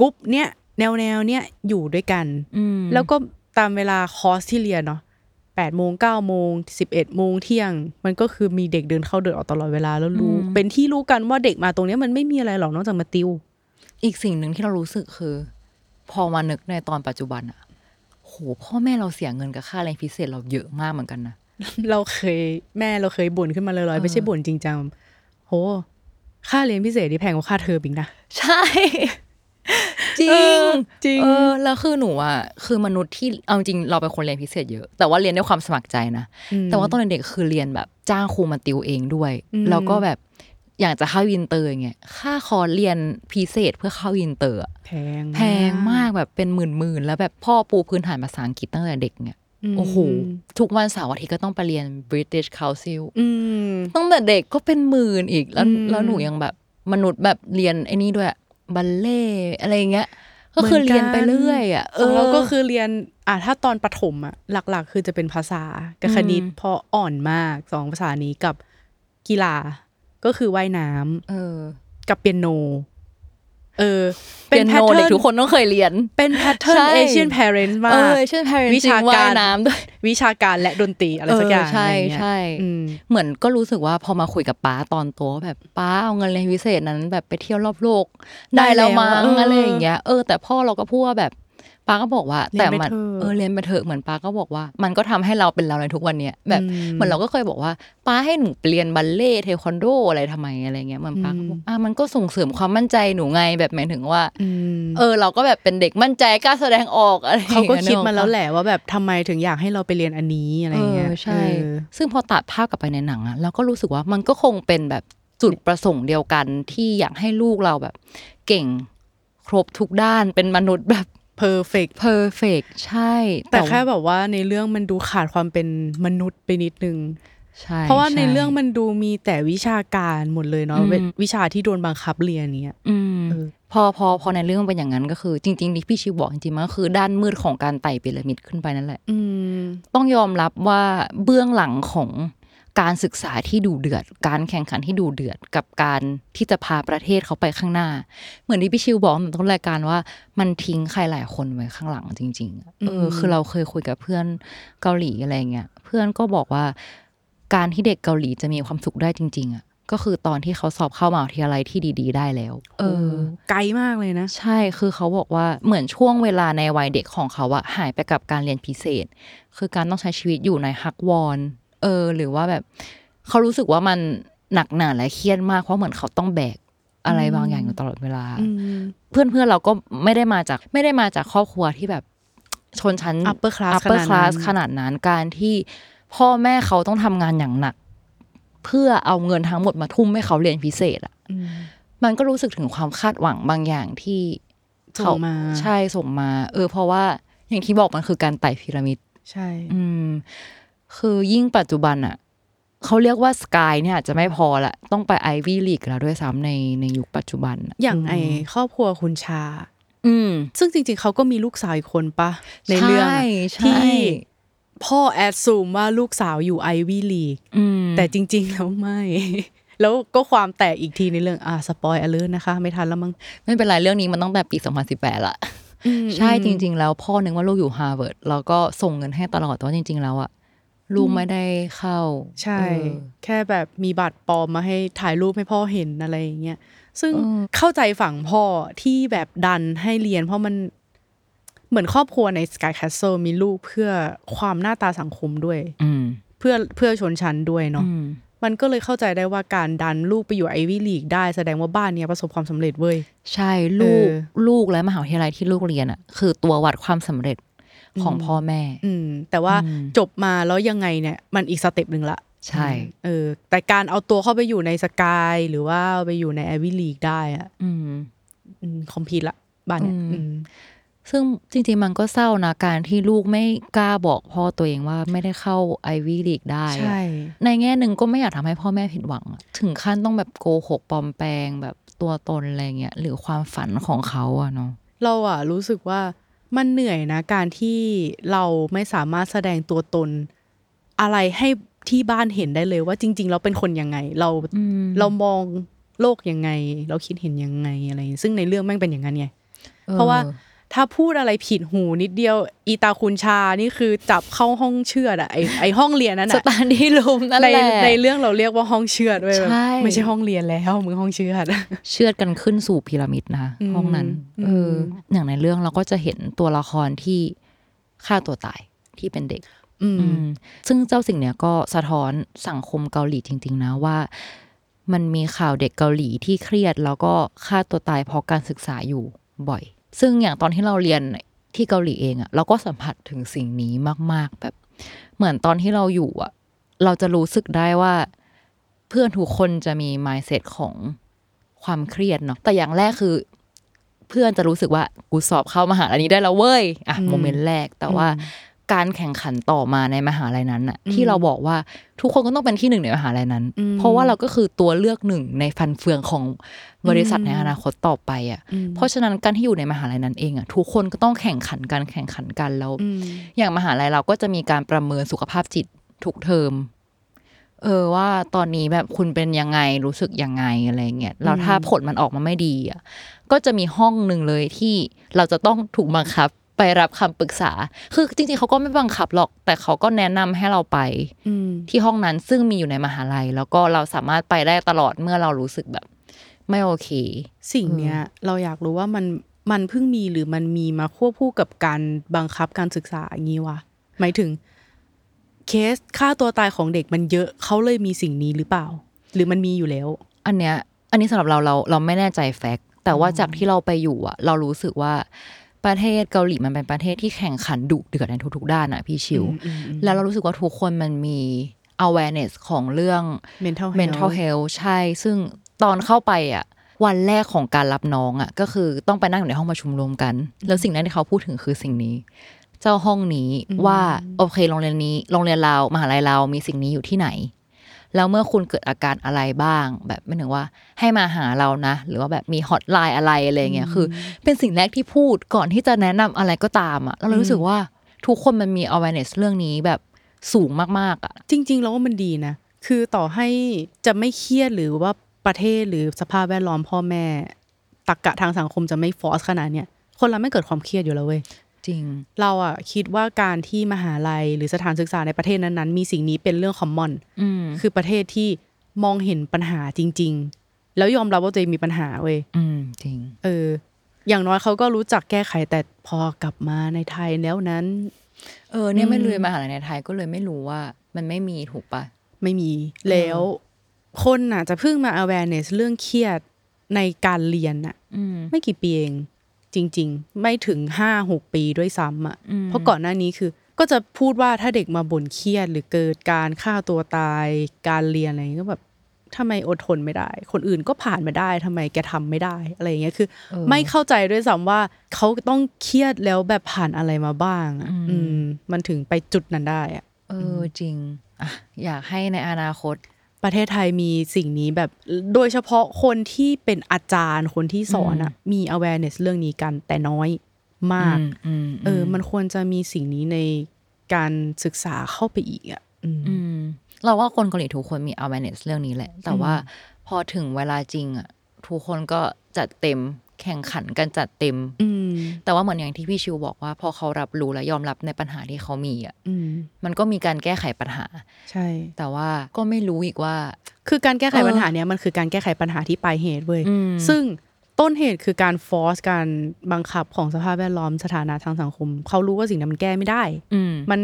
Speaker 3: กรุ๊ปเนี้ยแนวแนวๆเนี้ยอยู่ด้วยกัน
Speaker 2: อืม
Speaker 3: แล้วก็ตามเวลาคอร์สที่เรียนเนาะแปดโมงเก้าโมงสิบเอ็ดโมงเที่ยง มันก็คือมีเด็กเดินเข้าเดินออกตลอดเวลาแล้วรู้ เป็นที่รู้กันว่าเด็กมาตรงเนี้ยมันไม่มีอะไรหรอกนอกจากมาติ ว
Speaker 2: อีกสิ่งหนึ่งที่เรารู้สึกคือ พอมานึกในตอนปัจจุบันอะโหพ่อแม่เราเสียเงินกับค่าแรงพิเศษเราเยอะมากเหมือนกันนะ
Speaker 3: เราเคยแม่เราเคยบ่นขึ้นมาลอยๆไม่ใช่
Speaker 2: เออ
Speaker 3: บ่นจริงจังโห ค่าเรียนพิเศษที่แพงกว่าค่าเทอมอีกนะ
Speaker 2: ใช่ จริ
Speaker 3: เอง อจริง
Speaker 2: เออแล้วคือหนูอะคือมนุษย์ที่เอาจริงเราเป็นคนเรียนพิเศษเยอะ แต่ว่าเรียนด้วยความสมัครใจนะ แต่ว่าตอนเด็กๆคือเรียนแบบจ้างครูมาติวเองด้วย
Speaker 3: อืม
Speaker 2: แล้วก็แบบอยากจะเข้าอินเตอร์อย่างเงี้ยค่าคอร์สเรียนพิเศษเพื่อเข้าอินเตอร์อะ
Speaker 3: แพง
Speaker 2: แพงมากแบบเป็นหมื่นๆแล้วแบบพ่อปูพื้นฐานภาษาอังกฤษตั้งแต่เด็กเนี่ย
Speaker 3: ม
Speaker 2: โอ้โหทุกวันเสาร์อาทิตย์ก็ต้องไปเรียน British Council
Speaker 3: อืม
Speaker 2: ตั้งแต่เด็กก็เป็นหมื่นอีกแล้ว
Speaker 3: อืม
Speaker 2: แล้วหนูยังแบบมนุษย์แบบเรียนไอ้นี่ด้วยบัลเล่อะไรอย่างเงี้ย ก็คือเรียนไปเรื่อยอ่ะ
Speaker 3: ขงเราก็
Speaker 2: อ
Speaker 3: คือเรียนอ่ะถ้าตอนประถมอ่ะหลัก ๆ คือจะเป็นภาษากับ
Speaker 2: อืม
Speaker 3: คณิตเพราะอ่อนมากสองภาษานี้กับกีฬาก็คือว่ายน้ำ
Speaker 2: เออ
Speaker 3: กับเปียโน เออ
Speaker 2: เปียโนเด็กทุกคนต้องเคยเรียน
Speaker 3: เป็นแพทเทิร์น
Speaker 2: ใช่
Speaker 3: เอเชียนพาร์เรนต์มา
Speaker 2: เอก อเช่น parenting
Speaker 3: วิชาการ
Speaker 2: ว่ายน้ำด้วย
Speaker 3: วิชาการและดนตรีอะไรสักอย่าง
Speaker 2: เใช่
Speaker 3: อะไรเงี้ย
Speaker 2: ใช่
Speaker 3: อืม
Speaker 2: เหมือนก็รู้สึกว่าพอมาคุยกับป้าตอนโตแบบป้าเอาเงินเรียนพิเศษนั้น แบบไปเที่ยวรอบโลก
Speaker 3: ได้
Speaker 2: ได้แล้ว
Speaker 3: แล้ว
Speaker 2: มั้ง
Speaker 3: เอออ
Speaker 2: อะไรอย่างเงี้ยเออแต่พ่อเราก็พูดว่าแบบป้าก็บอกว่า
Speaker 3: เรียน
Speaker 2: แต่
Speaker 3: ไป
Speaker 2: มัน
Speaker 3: เถอะ
Speaker 2: เออเรียนไปเถอะเหมือนป้าก็บอกว่า มันก็ทำให้เราเป็นเราในทุกวันเนี้ยแบบ
Speaker 3: อืม
Speaker 2: เหมือนเราก็เคยบอกว่าป้าให้หนูเรียนบัลเล่ต์เทควันโดอะไรทำไมอะไรเงี้ยเหมือนป้าก็บอ
Speaker 3: อื
Speaker 2: ก
Speaker 3: ม
Speaker 2: อ่ะมันก็ส่งเสริมความมั่นใจหนูไงแบบหมายถึงว่า
Speaker 3: อืม
Speaker 2: เออ เราก็แบบเป็นเด็กมั่นใจกล้าแสดงออกอะไรอย่ง
Speaker 3: เขา
Speaker 2: งี้ย
Speaker 3: ก็
Speaker 2: นึ
Speaker 3: คิด
Speaker 2: ออ
Speaker 3: มา
Speaker 2: ปะ
Speaker 3: แล้วแหละว่าแบบทำไมถึงอยากให้เราไปเรียนอันนี้อะไรเงี้ย
Speaker 2: เออใช่
Speaker 3: เออ
Speaker 2: ซึ่งพอตัดภาพกลับไปในหนังอะเราก็รู้สึกว่ามันก็คงเป็นแบบจุดประสงค์เดียวกันที่อยากให้ลูกเราแบบ เก่งครบทุกด้านเป็นมนุษย์แบบ
Speaker 3: perfect
Speaker 2: เพอร์เฟกใช่
Speaker 3: แต่แค่แบบว่าในเรื่องมันดูขาดความเป็นมนุษย์ไปนิดนึง
Speaker 2: ใช่
Speaker 3: เพราะว่าในเรื่อง
Speaker 2: ช่
Speaker 3: มันดูมีแต่วิชาการหมดเลยเนาะ
Speaker 2: อืม
Speaker 3: เววิชาที่โดนบังคับเรียนเนี้ย
Speaker 2: อืม
Speaker 3: เออ
Speaker 2: พอพอพอในเรื่องเป็นอย่างนั้นก็คือ จริงๆที่พี่ชิวบอกจริงๆมันก็คือด้านมืดของการไต่พีระมิดขึ้นไปนั่นแหละ
Speaker 3: อืม
Speaker 2: ต้องยอมรับว่าเบื้องหลังของการศึกษาที่ดูเดือด การแข่งขันที่ดูเดือด กับการที่จะพาประเทศเขาไปข้างหน้า เหมือนที่พี่ชิวบอกตั้งแต่ต้นรายการว่ามันทิ้งใครหลายคนไว้ข้างหลังจริงๆอะเอออ
Speaker 3: ม
Speaker 2: คือเราเคยคุยกับเพื่อนเกาหลีอะไรเงี้ยเพื่อนก็บอกว่าการที่เด็กเกาหลีจะมีความสุขได้จริง ๆอะ ก็คือตอนที่เขาสอบเข้ามหาวิทยาลัยที่ดี ๆ ได้แล้ว เออ
Speaker 3: ไกลมากเลยนะ
Speaker 2: ใช่ คือเขาบอกว่าเหมือนช่วงเวลาในวัยเด็กของเขาอะหายไปกับการเรียนพิเศษ คือการต้องใช้ชีวิตอยู่ในฮักวอน เออ หรือว่าแบบ เขารู้สึกว่ามันหนักหนาและเครียดมาก เพราะเหมือนเขาต้องแบกอะไรบางอย่างอยู่ตลอดเวลา เพื่อนเพื่อนๆเราก็ไม่ได้มาจากไม่ได้มาจากครอบครัวที่แบบชนชั้น
Speaker 3: Upper class
Speaker 2: upper
Speaker 3: ขนาดนั้
Speaker 2: class
Speaker 3: น
Speaker 2: ขนาดนั้นการที่พ่อแม่เขาต้องทำงานอย่างหนัก เพื่อเอาเงินทั้งหมดมาทุ่มให้เขาเรียนพิเศษอะ มันก็รู้สึกถึงความคาดหวังบางอย่างที่
Speaker 3: ส่งมา
Speaker 2: เขใช่ส่งมา เออ เพราะว่าอย่างที่บอกมันคือการไต่พีระมิด
Speaker 3: ใช่
Speaker 2: อืม คือยิ่งปัจจุบันอ่ะเขาเรียกว่าสกายเนี่ยอาจจะไม่พอละ ต้องไปไอวี่ลีกแล้วด้วยซ้ำในในยุคปัจจุบันอะ
Speaker 3: อย่างไอครอบครัวคุณชา
Speaker 2: อืม
Speaker 3: ซึ่งจริงๆเขาก็มีลูกสาวอีกคนปะในเรื่อง
Speaker 2: ใช่
Speaker 3: อะ
Speaker 2: ใช่
Speaker 3: ที่ พ่อแอดซูมว่าลูกสาวอยู่ไอวี่ลีก
Speaker 2: อืม
Speaker 3: แต่จริง ๆ แล้วไม่ แล้วก็ความแตกอีกทีในเรื่องอ่าสปอยอเลอร์นะคะ ไม่ทันแล้วมั้ง
Speaker 2: ไม่เป็นไรเรื่องนี้มันตั้งแต่ปี 2018 ละ ใช่จริง ๆ แล้วพ่อนึกว่าลูกอยู่ฮาร์วาร์ดแล้วก็ส่งเงินให้ตลอดแต่ว่าจริง ๆ แล้วอะลูกไม่ได้เข้า
Speaker 3: ใช่
Speaker 2: เออ
Speaker 3: แค่แบบมีบัตรปลอมมาให้ถ่ายรูปให้พ่อเห็นอะไรอย่างเงี้ยซึ่งเข้าใจฝั่งพ่อที่แบบดันให้เรียน เพราะมันเหมือนครอบครัวใน Sky Castle มีลูกเพื่อความหน้าตาสังคมด้วย
Speaker 2: อืม
Speaker 3: เพื่อเพื่อชนชั้นด้วยเนาะ
Speaker 2: อืม
Speaker 3: มันก็เลยเข้าใจได้ว่าการดันลูกไปอยู่ไอวี่ลีกได้แสดงว่าบ้านเนี้ยประสบความสำเร็จเว้ย
Speaker 2: ใช่ลูก
Speaker 3: เออ
Speaker 2: ลูกและมหาวิทยาลัยที่ลูกเรียนอ่ะ คือตัววัดความสำเร็จของพ่อแม่
Speaker 3: อืม แต่ว่าจบมาแล้วยังไงเนี่ย มันอีกสเต็ปหนึ่งละ
Speaker 2: ใช่
Speaker 3: เออ แต่การเอาตัวเข้าไปอยู่ในสกายหรือว่าไปอยู่ในไอวี่ลีกได้อะ
Speaker 2: อืม
Speaker 3: คอมพีทละบ้านเนี่ย
Speaker 2: อืม
Speaker 3: อืม
Speaker 2: ซึ่งจริงๆมันก็เศร้านะ การที่ลูกไม่กล้าบอกพ่อตัวเองว่าไม่ได้เข้าไอวี่ลีกได้อะ
Speaker 3: ใช่
Speaker 2: ในแง่หนึ่งก็ไม่อยากทำให้พ่อแม่ผิดหวังอะถึงขั้นต้องแบบโกหกปลอมแปลงแบบตัวตนอะไรเงี้ยหรือความฝันของเขาอะเนาะ
Speaker 3: เราอะรู้สึกว่ามันเหนื่อยนะ การที่เราไม่สามารถแสดงตัวตน อะไรให้ที่บ้านเห็นได้เลยว่าจริง ๆ เราเป็นคนยังไง เราเรามองโลกยังไง เราคิดเห็นยังไงอะไรอย่างเงี้ยซึ่งในเรื่องแม่งเป็นอย่างนั้นไง เพราะว่า
Speaker 2: ออ
Speaker 3: ถ้าพูดอะไรผิดหูนิดเดียว อีตาคุณชานี่คือจับเข้าห้องเชือดอะไอไอห้องเรียนนั่น
Speaker 2: ส
Speaker 3: อะ
Speaker 2: ตาร์ดี้ลูมนั่น
Speaker 3: ใน
Speaker 2: แหละ
Speaker 3: ในเรื่องเราเรียกว่าห้องเชือดเว้ยแบบ
Speaker 2: ใช่
Speaker 3: ไม่ใช่ห้องเรียนแล้วมึงห้องเชือด
Speaker 2: เชือดกันขึ้นสู่พีระมิดนะคะ
Speaker 3: อืม
Speaker 2: ห้องนั้น
Speaker 3: อืม
Speaker 2: เอออย่างในเรื่องเราก็จะเห็นตัวละครที่ฆ่าตัวตายที่เป็นเด็ก
Speaker 3: อืม
Speaker 2: อืมซึ่งเจ้าสิ่งเนี้ยก็สะท้อนสังคมเกาหลีจริง ๆ นะว่า มันมีข่าวเด็กเกาหลีที่เครียด แล้วก็ฆ่าตัวตายเพราะการศึกษาอยู่บ่อย ซึ่งอย่างตอนที่เราเรียนที่เกาหลีเองอะเราก็สัมผัสถึงสิ่งนี้มาก ๆ แบบ เหมือนตอนที่เราอยู่อะเราจะรู้สึกได้ว่า เพื่อนทุกคนจะมี mindset ของความเครียดเนาะแต่อย่างแรกคือ เพื่อนจะรู้สึกว่ากูสอบเข้ามหาลัยนี้ได้แล้วเว้ยอ่ะโมเมนต์แรกแต่ว่า การแข่งขันต่อมาในมหาลัยนั้นน่ะ ที่เราบอกว่าทุกคนก็ต้องเป็นที่หนึ่งในมหาลัยนั้น เพราะว่าเราก็คือตัวเลือกหนึ่งในฟันเฟืองของบริษัทในอนาคตต่อไปอ่ะ เพราะฉะนั้นการที่อยู่ในมหาลัยนั้นเองอ่ะทุกคนก็ต้องแข่งขันกันแข่งขันกันแล้ว อย่างมหาลัยเราก็จะมีการประเมินสุขภาพจิตทุกเทอม เออว่าตอนนี้แบบคุณเป็นยังไงรู้สึกยังไงอะไรเงี้ยแล้วถ้าผลมันออกมาไม่ดีอ่ะก็จะมีห้องหนึ่งเลยที่เราจะต้องถูกบังคับไปรับคำปรึกษา คือจริงๆเขาก็ไม่บังคับหรอก แต่เขาก็แนะนำให้เราไปที่ห้องนั้นซึ่งมีอยู่ในมหาลัย แล้วก็เราสามารถไปได้ตลอดเมื่อเรารู้สึกแบบ ไม่โอเค
Speaker 3: สิ่งเนี้ยเราอยากรู้ว่ามันมันเพิ่งมีหรือมันมีมาควบคู่กับการบังคับการศึกษาอย่างนี้วะหมายถึง เคสค่าตัวตายของเด็กมันเยอะเขาเลยมีสิ่งนี้หรือเปล่า หรือมันมีอยู่แล้ว
Speaker 2: อันเนี้ย อันนี้สำหรับเราเราเราไม่แน่ใจแฟกต์แต่ว่าจากที่เราไปอยู่อะเรารู้สึกว่าประเทศเกาหลีมันเป็นประเทศที่แข่งขันดุเดือดในทุกๆด้านอะพี่ชิว แล้วเรารู้สึกว่าทุกคนมันมี awareness ของเรื่อง
Speaker 3: mental health
Speaker 2: mental health ใช่ ซึ่งตอนเข้าไปอะวันแรกของการรับน้องอะก็คือต้องไปนั่งอยู่ในห้องประชุมรวมกัน แล้วสิ่งแรกที่เขาพูดถึงคือสิ่งนี้ เจ้าห้องนี้ว่าโอเคโรงเรียนนี้โรงเรียนเรามหาลัยเรามีสิ่งนี้อยู่ที่ไหน แล้วเมื่อคุณเกิดอาการอะไรบ้าง แบบไม่ถึงว่าให้มาหาเรานะ หรือว่าแบบมีฮอตไลน์อะไรอะไรเงี้ยคือ เป็นสิ่งแรกที่พูดก่อนที่จะแนะนำอะไรก็ตามอะแล้วเรารู้สึกว่าทุกคนมันมี awareness เรื่องนี้แบบสูงมากๆอะ
Speaker 3: จริง ๆ แล้วว่ามันดีนะ คือต่อให้จะไม่เครียดหรือว่าประเทศหรือสภาพแวดล้อมพ่อแม่ตักกะทางสังคมจะไม่ฟอสขนาดเนี้ยคนเราไม่เกิดความเครียดอยู่แล้วเว้ย
Speaker 2: จริง
Speaker 3: เราอะคิดว่าการที่มหาลัยหรือสถานศึกษาในประเทศนั้นๆ มีสิ่งนี้เป็นเรื่องคอมมอน
Speaker 2: อืม
Speaker 3: คือประเทศที่ มองเห็นปัญหาจริง ๆ แล้วยอมรับว่าตัวเองมีปัญหาเว้ย
Speaker 2: อืมจริง
Speaker 3: เออ อย่างน้อยเขาก็รู้จักแก้ไขแต่พอกลับมาในไทยแล้วนั้น
Speaker 2: เออเนี่ยไม่เลยนมหาลัยในไทยก็เลยไม่รู้ว่ามันไม่มีถูกปะ
Speaker 3: ไม่มีแล้วคนน่ะจะเพิ่งมา awareness เรื่องเครียดในการเรียนน่ะ
Speaker 2: อืม
Speaker 3: ไม่กี่ปีเอง จริง ๆ ไม่ถึงห้าหกปีด้วยซ้ำอ่ะ
Speaker 2: อืม
Speaker 3: เพราะก่อนหน้านี้คือ ก็จะพูดว่าถ้าเด็กมาบ่นเครียดหรือเกิดการฆ่าตัวตายการเรียนอะไรอย่างเงี้ยก็แบบทำไมอดทนไม่ได้ คนอื่นก็ผ่านมาได้ทำไมแกทำไม่ได้อะไรอย่างเงี้ยคือ ไม่เข้าใจด้วยซ้ำว่าเขาต้องเครียดแล้วแบบผ่านอะไรมาบ้างอะอืม มันถึงไปจุดนั้นได้อะ
Speaker 2: เออจริงอ่ะอยากให้ในอนาคต
Speaker 3: ประเทศไทยมีสิ่งนี้แบบโดยเฉพาะคนที่เป็นอาจารย์คนที่สอนอ่ะมี awareness เรื่องนี้กันแต่น้อยมาก
Speaker 2: อืมอืม
Speaker 3: เออ มันควรจะมีสิ่งนี้ในการศึกษาเข้าไปอีกอ่ะอืม
Speaker 2: อืมเราว่าคนเกาหลีทุกคนมี awareness เรื่องนี้แหละ แต่ว่าพอถึงเวลาจริงอ่ะทุกคนก็จัดเต็มแข่งขันกันจัดเต็ม
Speaker 3: อืม
Speaker 2: แต่ว่าเหมือนอย่างที่พี่ชิวบอกว่า พอเขารับรู้และยอมรับในปัญหาที่เขามีอ่ะ
Speaker 3: อืม
Speaker 2: มันก็มีการแก้ไขปัญหา
Speaker 3: ใช่
Speaker 2: แต่ว่าก็ไม่รู้อีกว่า
Speaker 3: คือการแก้ไข
Speaker 2: เออ
Speaker 3: ปัญหาเนี้ยมันคือการแก้ไขปัญหาที่ปลายเหตุเว้ย
Speaker 2: อืม
Speaker 3: ซึ่งต้นเหตุคือการฟอร์สการบังคับของสภาพแวดล้อมสถานะทางสังคม เขารู้ว่าสิ่งนั้นมันแก้ไม่ได้
Speaker 2: อืม
Speaker 3: มัน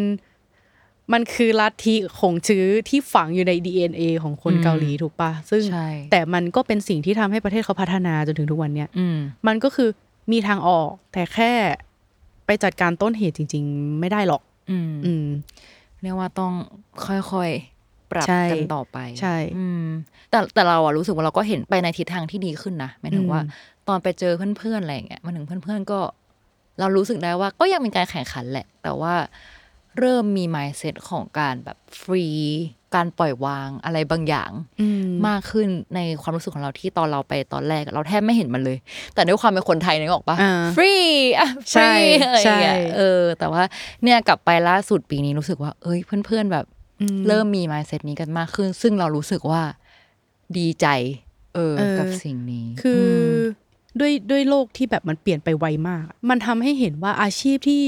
Speaker 3: มันคือลัทธิของชื้อที่ฝังอยู่ใน DNA ของคน
Speaker 2: อืม
Speaker 3: เกาหลีถูกปะซึ่ง
Speaker 2: ใช่
Speaker 3: แต่มันก็เป็นสิ่งที่ทำให้ประเทศเขาพัฒนาจนถึงทุกวันเนี้ย
Speaker 2: อืม
Speaker 3: มันก็คือมีทางออกแต่แค่ไปจัดการต้นเหตุจริง ๆ ไม่ได้หรอก
Speaker 2: อืม
Speaker 3: อืม
Speaker 2: เรียกว่าต้องค่อยๆ ปรับ
Speaker 3: ใช่
Speaker 2: กันต่อไป
Speaker 3: ใช่
Speaker 2: อืม แต่แต่เราอะรู้สึกว่าเราก็เห็นไปในทิศทางที่ดีขึ้นนะหมายถึงว่า
Speaker 3: อืม
Speaker 2: ตอนไปเจอเพื่อนๆอะไรอย่างเงี้ยมันถึงเพื่อนๆก็ เรารู้สึกได้ว่าก็ยังเป็นการแข่งขันแหละ แต่ว่าเริ่มมี mindset ของการแบบฟรีการปล่อยวางอะไรบางอย่าง
Speaker 3: อืม
Speaker 2: มากขึ้นในความรู้สึกของเราที่ตอนเราไปตอนแรกเราแทบไม่เห็นมันเลย แต่ด้วยความเป็นคนไทยนึกออกปะ
Speaker 3: อ่า
Speaker 2: ฟรีอ่ะฟ
Speaker 3: ใช่
Speaker 2: รีอะไรอย่างเงี้ย
Speaker 3: ใช่
Speaker 2: เออ แต่ว่าเนี่ยกลับไปล่าสุดปีนี้รู้สึกว่า เอ้ยเพื่อนๆแบบ เริ่มมี mindset นี้กันมากขึ้น ซึ่งเรารู้สึกว่าดีใจ เออ
Speaker 3: เออ
Speaker 2: กับสิ่งนี้
Speaker 3: คื
Speaker 2: ม
Speaker 3: ออด้วยด้วยโลกที่แบบมันเปลี่ยนไปไวมาก มันทำให้เห็นว่าอาชีพที่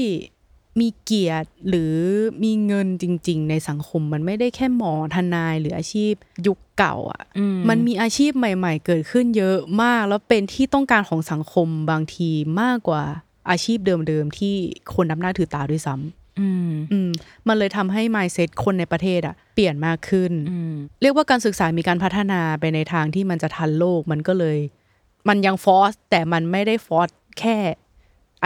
Speaker 3: มีเกียรติหรือมีเงินจริง ๆ ในสังคมมันไม่ได้แค่หมอทนายหรืออาชีพยุคเก่าอ่ะ
Speaker 2: อืม
Speaker 3: มันมีอาชีพใหม่ ๆ เกิดขึ้นเยอะมาก แล้วเป็นที่ต้องการของสังคมบางทีมากกว่าอาชีพเดิมๆที่คนนับหน้าถือตาด้วยซ้ำ
Speaker 2: ม
Speaker 3: อืมมันเลยทำให้ mindset คนในประเทศอ่ะเปลี่ยนมากขึ้น
Speaker 2: อืม
Speaker 3: เรียกว่าการศึกษามีการพัฒนาไปในทางที่มันจะทันโลกมันก็เลย มันยังฟอสแต่มันไม่ได้ฟอสแค่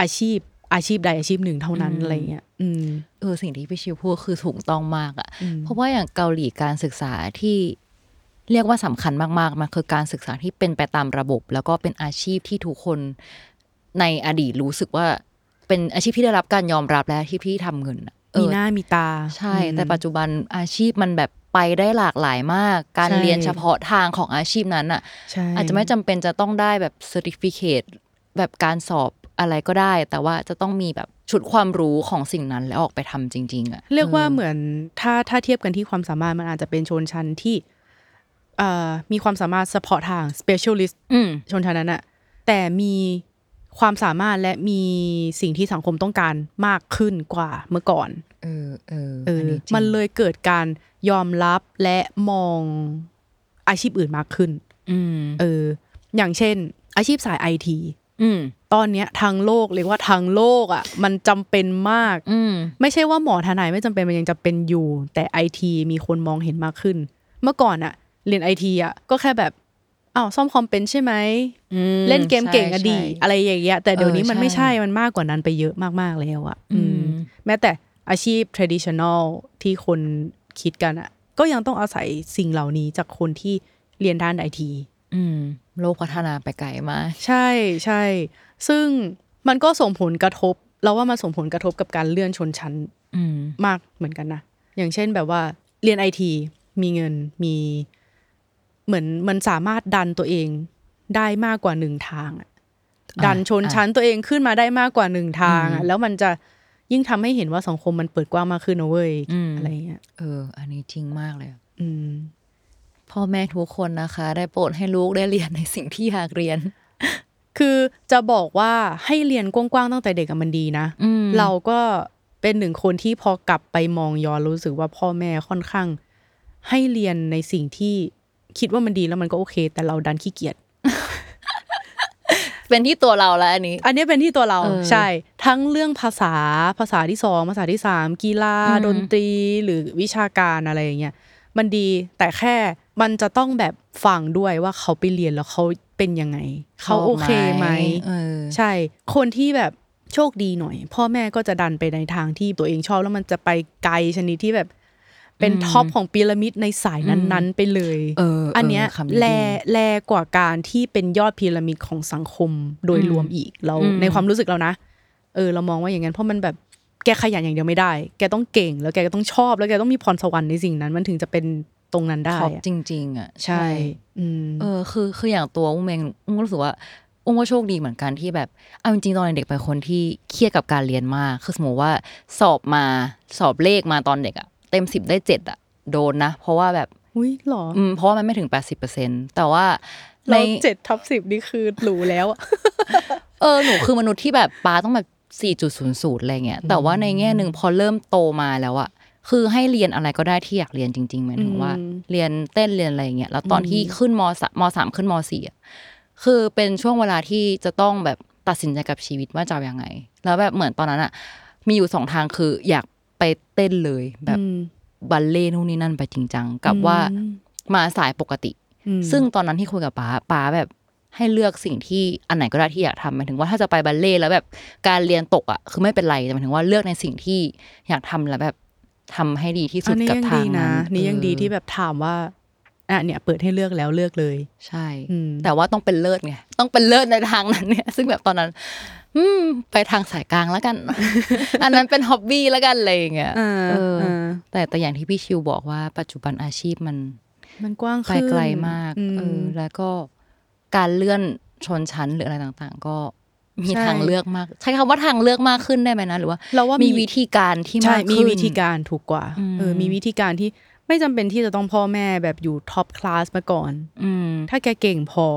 Speaker 3: อาชีพอาชีพใดอาชีพหนึ่งเท่านั้นอะไรเงี้ยอืม
Speaker 2: เออสิ่งที่พี่ชิวพูดคือถูกต้องมากอะ่ะ เพราะว่าอย่างเกาหลีการศึกษาที่เรียกว่าสำคัญมากๆ มันคือการศึกษาที่เป็นไปตามระบบ แล้วก็เป็นอาชีพที่ทุกคนในอดีตรู้สึกว่า เป็นอาชีพที่ได้รับการยอมรับและอาชีพที่ทำเงินอะเอ
Speaker 3: มี
Speaker 2: อ
Speaker 3: หน้ามีตา
Speaker 2: ใช่
Speaker 3: อืม
Speaker 2: แต่ปัจจุบันอาชีพมันแบบไปได้หลากหลายมาก การ
Speaker 3: ใช่
Speaker 2: เรียนเฉพาะทางของอาชีพนั้นอ่ะ
Speaker 3: ใช่
Speaker 2: อาจจะไม่จำเป็นจะต้องได้แบบเซอร์ติฟิเคแบบการสอบอะไรก็ได้ แต่ว่าจะต้องมีแบบชุดความรู้ของสิ่งนั้นแล้วออกไปทำจริง ๆอะ
Speaker 3: เรียกว่าเหมือนถ้าถ้าเทียบกันที่ความสามารถมันอาจจะเป็นชนชั้นที่เอ่อมีความสามารถเฉพาะทาง specialist
Speaker 2: อืม
Speaker 3: ชนชั้นนั้นอะแต่มีความสามารถและมีสิ่งที่สังคมต้องการมากขึ้นกว่าเมื่อก่อน
Speaker 2: เออเออ
Speaker 3: เออ
Speaker 2: อันนี้จริง
Speaker 3: มันเลยเกิดการยอมรับและมองอาชีพอื่นมากขึ้น
Speaker 2: อืม
Speaker 3: เออ อย่างเช่น อาชีพสายไอที
Speaker 2: อืม
Speaker 3: ตอนเนี้ยทางโลกเรียกว่าทางโลกอ่ะ มันจำเป็นมาก
Speaker 2: อืม
Speaker 3: ไม่ใช่ว่าหมอทนายไม่จำเป็นมันยังจะเป็นอยู่ แต่ไอทีมีคนมองเห็นมากขึ้น เมื่อก่อนอะเรียนไอทีอะก็แค่แบบอ้าวซ่อมคอมเป็นใช่ไหม เล่นเกมเก่งอะดีอะไรอย่างเงี้ยแต่เดี๋ยวนี้
Speaker 2: เออ
Speaker 3: มันไม่
Speaker 2: ใช่
Speaker 3: ใช่มันมากกว่านั้นไปเยอะมากๆแล้วอะ
Speaker 2: อืม
Speaker 3: อืมแม้แต่อาชีพ traditional ที่คนคิดกันอะก็ยังต้องอาศัยสิ่งเหล่านี้จากคนที่เรียนด้านไอที
Speaker 2: อืม โลกพัฒนาไปไกลมาก
Speaker 3: ใช่ใช่ ซึ่งมันก็ส่งผลกระทบ เราว่ามันส่งผลกระทบกับการเลื่อนชนชั้น
Speaker 2: อืม
Speaker 3: มากเหมือนกันนะ อย่างเช่นแบบว่าเรียนไอทีมีเงินมีเหมือนมันสามารถดันตัวเองได้มากกว่าหนึ่งทางอะดันชนชั้นตัวเองขึ้นมาได้มากกว่าหนึ่งทางอะแล้วมันจะยิ่งทำให้เห็นว่าสังคมมันเปิดกว้างมากขึ้นนะเว้ย
Speaker 2: อืม
Speaker 3: อะไรเงี้ย
Speaker 2: เออ อันนี้จริงมากเลยอะ
Speaker 3: อืม
Speaker 2: พ่อแม่ทุกคนนะคะ ได้โปรดให้ลูกได้เรียนในสิ่งที่อยากเรียน
Speaker 3: คือจะบอกว่าให้เรียนกว้างๆตั้งแต่เด็กอะมันดีนะ
Speaker 2: อืม
Speaker 3: เราก็เป็นหนึ่งคนที่พอกลับไปมองย้อนรู้สึกว่าพ่อแม่ค่อนข้าง ให้เรียนในสิ่งที่ คิดว่ามันดีแล้วมันก็โอเค แต่เราดันขี้เกียจ
Speaker 2: เป็นที่ตัวเราแล้วอันนี้
Speaker 3: อันนี้เป็นที่ตัวเรา
Speaker 2: เออ
Speaker 3: ใช่ ทั้งเรื่องภาษาภาษาที่สองภาษาที่สามกีฬา
Speaker 2: อืม
Speaker 3: ดนตรีหรือวิชาการอะไรอย่างเงี้ยมันดีแต่แค่มันจะต้องแบบฟังด้วยว่าเขาไปเรียนแล้วเขาเป็นยังไง เขาโอเคไหม
Speaker 2: เออ
Speaker 3: ใช่ คนที่แบบโชคดีหน่อย พ่อแม่ก็จะดันไปในทางที่ตัวเองชอบแล้วมันจะไปไกลชนิดที่แบบ เป็น
Speaker 2: อืม
Speaker 3: ท็อปของพีระมิดในสายนั้น ๆ ไปเลย
Speaker 2: เออ
Speaker 3: อันเนี้ย
Speaker 2: เออคำนี้ดี
Speaker 3: แลแลกว่าการที่เป็นยอดพีระมิดของสังคมโดย
Speaker 2: อืม
Speaker 3: รวมอีกเรา
Speaker 2: อืม
Speaker 3: ในความรู้สึกเรานะ เออ เรามองว่าอย่างนั้นเพราะมันแบบแกขยันอย่างเดียวไม่ได้ แกต้องเก่งแล้วแกก็ต้องชอบแล้วแกต้องมีพรสวรรค์ในสิ่งนั้น มันถึงจะเป็นตรงนั้นได้
Speaker 2: ท็อป
Speaker 3: อะ
Speaker 2: จริง ๆ อ่ะ
Speaker 3: ใช่อืม
Speaker 2: เออคือคืออย่างตัวอุ้มเองอุ้มรู้สึกว่าอุ้มก็โชคดีเหมือนกันที่แบบเอาจริงๆตอนเด็กเป็นคนที่เครียดกับการเรียนมาก คือสมมติว่าสอบมาสอบเลขมาตอนเด็กอะเต็มสิบได้เจ็ดอะโดนนะ เพราะว่าแบบ
Speaker 3: อุ้ยหรอ
Speaker 2: อืมเพราะว่ามันไม่ถึง 80%แต่ว่าใน
Speaker 3: เราเจ็ดทับสิบนี่คือหรูแล้วอะ
Speaker 2: เออหนูคือมนุษย์ที่แบบปาต้องแบบ 4.00อะไรเงี้ยแต่ว่าในแง่หนึ่งพอเริ่มโตมาแล้วอะคือให้เรียนอะไรก็ได้ที่อยากเรียนจริงๆหมายถึงว่า
Speaker 3: อืม
Speaker 2: เรียนเต้นเรียนอะไรอย่างเงี้ยแล้วตอนที่ขึ้นมสามมสามขึ้นมสี่อะคือเป็นช่วงเวลาที่จะต้องแบบตัดสินใจกับชีวิตว่าจะเอายังไง แล้วแบบเหมือนตอนนั้นอะมีอยู่สองทางคืออยากไปเต้นเลยแบบ
Speaker 3: อืม
Speaker 2: บัลเล่ต์นู่นนี่นั่นไปจริงจังกับว่า
Speaker 3: อืม
Speaker 2: มาสายปกติ
Speaker 3: อืม
Speaker 2: ซึ่งตอนนั้นที่คุยกับป้าป้าแบบให้เลือกสิ่งที่อันไหนก็ได้ที่อยากทำหมายถึงว่าถ้าจะไปบัลเล่ต์แล้วแบบการเรียนตกอ่ะคือไม่เป็นไรแต่หมายถึงว่าเลือกในสิ่งที่อยากทำแล้วแบบทำให้ดีที่สุดกับทางนั้น
Speaker 3: อันนี้ยังดีนะนี่ยังดี
Speaker 2: เออ
Speaker 3: ที่แบบถามว่าอ่ะเนี่ยเปิดให้เลือกแล้วเลือกเลย
Speaker 2: ใช่
Speaker 3: อืม
Speaker 2: แต่ว่าต้องเป็นเลิศไง ต้องเป็นเลิศในทางนั้นเนี่ย ซึ่งแบบตอนนั้น อืม ไปทางสายกลางแล้วกัน อันนั้นเป็นฮ็อบบี้แล้วกันอะไรอย่างเงี้ยเออ
Speaker 3: เออ
Speaker 2: แต่แต่อย่างที่พี่ชิวบอกว่าปัจจุบันอาชีพมัน
Speaker 3: มันกว้าง
Speaker 2: ไป
Speaker 3: ขึ้น
Speaker 2: ไกลมาก
Speaker 3: อืม
Speaker 2: เออแล้วก็การเลื่อนชนชั้นหรืออะไรต่างๆ ก็มี
Speaker 3: ใช่
Speaker 2: ทางเลือกมาก ใช้คำว่าทางเลือกมากขึ้นได้ไหมนะ หรือว่า
Speaker 3: เราว่ามี
Speaker 2: วิธีการที่
Speaker 3: ใช่
Speaker 2: มากขึ้น
Speaker 3: มีวิธีการถูกกว่า
Speaker 2: อืม
Speaker 3: เออมีวิธีการที่ไม่จำเป็นที่จะต้องพ่อแม่แบบอยู่ท็อปคลาสมาก่อน
Speaker 2: อืม
Speaker 3: ถ้าแกเก่งพอ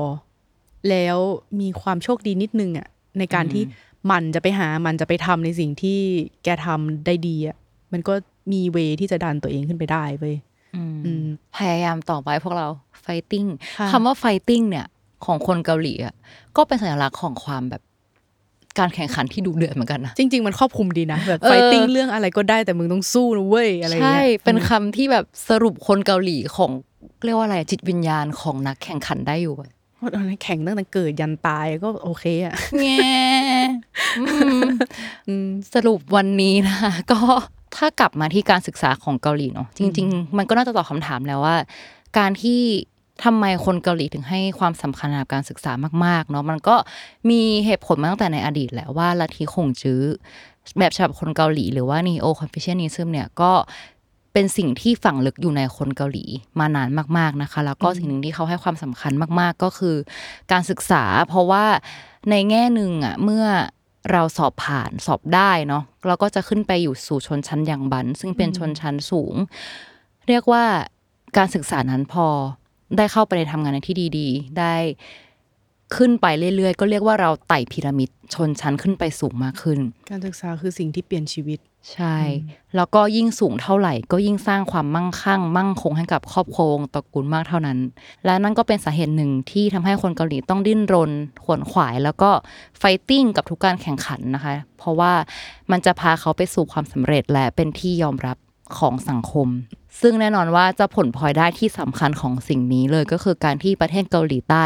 Speaker 3: แล้วมีความโชคดีนิดนึงอ่ะในการที่มันจะไปหามันจะไปทำในสิ่งที่แกทำได้ดีอ่ะมันก็มีเวที่จะดันตัวเองขึ้นไปได้เว้ย
Speaker 2: อืม
Speaker 3: อืม
Speaker 2: พยายามต่อไปพวกเราไฟติ้ง
Speaker 3: ค่ะ
Speaker 2: คำว่าไฟติ้งเนี่ย ของคนเกาหลีอ่ะก็เป็นสัญลักษณ์ของความแบบ การแข่งขันที่ดุเดือดเหมือนกันนะ
Speaker 3: จริง ๆ มันครอบคลุมดี นะแบบ
Speaker 2: เออ
Speaker 3: ไฟติ้งเรื่องอะไรก็ได้แต่มึงต้องสู้นะเว้ยอะไรอย่าง
Speaker 2: ใช่
Speaker 3: เงี้ย
Speaker 2: เป็นคำที่แบบสรุปคนเกาหลีของเรียกว่าอะไรจิตวิญญาณของนักแข่งขันได้อยู่อะ
Speaker 3: โอ้ตอนนั้นแข่งตั้งแต่เกิดยันตายก็โอเคอ่ะ
Speaker 2: แง่อืมสรุปวันนี้นะคะก็ถ้ากลับมาที่การศึกษาของเกาหลีเนาะจริง ๆ มันก็น่าจะตอบคำถามแล้วว่า การที่ทำไมคนเกาหลีถึงให้ความสำคัญกับการศึกษามากๆเนาะมันก็มีเหตุผลมาตั้งแต่ในอดีตแหละว่าลัทธิคงจื้อแบบฉบับคนเกาหลี หรือว่านีโอคอนฟิเชียนิซึมเนี่ยก็เป็นสิ่งที่ฝังลึกอยู่ในคนเกาหลีมานานมากๆนะคะ แล้วก็สิ่งหนึ่งที่เขาให้ความสำคัญมาก ๆ ก็คือ การศึกษา เพราะว่าในแง่หนึ่งอ่ะเมื่อเราสอบผ่านสอบได้เนาะเราก็จะขึ้นไปอยู่สู่ชนชั้นยังบัน ซึ่งเป็นชนชั้นสูง เรียกว่าการศึกษานั้นพอได้เข้าไปในทำงานในที่ดีๆ ได้ขึ้นไปเรื่อยๆ ก็เรียกว่าเราไต่พีระมิดชนชั้นขึ้นไปสูงมากขึ้น
Speaker 3: การศึกษาคือสิ่งที่เปลี่ยนชีวิต
Speaker 2: ใช่ แล้วก็ยิ่งสูงเท่าไหร่ ก็ยิ่งสร้างความมั่งคั่ง มั่งคงให้กับครอบครัววงตระกูลมากเท่านั้น และนั่นก็เป็นสาเหตุหนึ่งที่ทำให้คนเกาหลีต้องดิ้นรน ขวนขวาย แล้วก็ไฟติ้งกับทุกการแข่งขันนะคะ เพราะว่ามันจะพาเขาไปสู่ความสำเร็จและเป็นที่ยอมรับของสังคม ซึ่งแน่นอนว่าจะผลพลอยได้ที่สำคัญของสิ่งนี้เลยก็คือการที่ประเทศเกาหลีใต้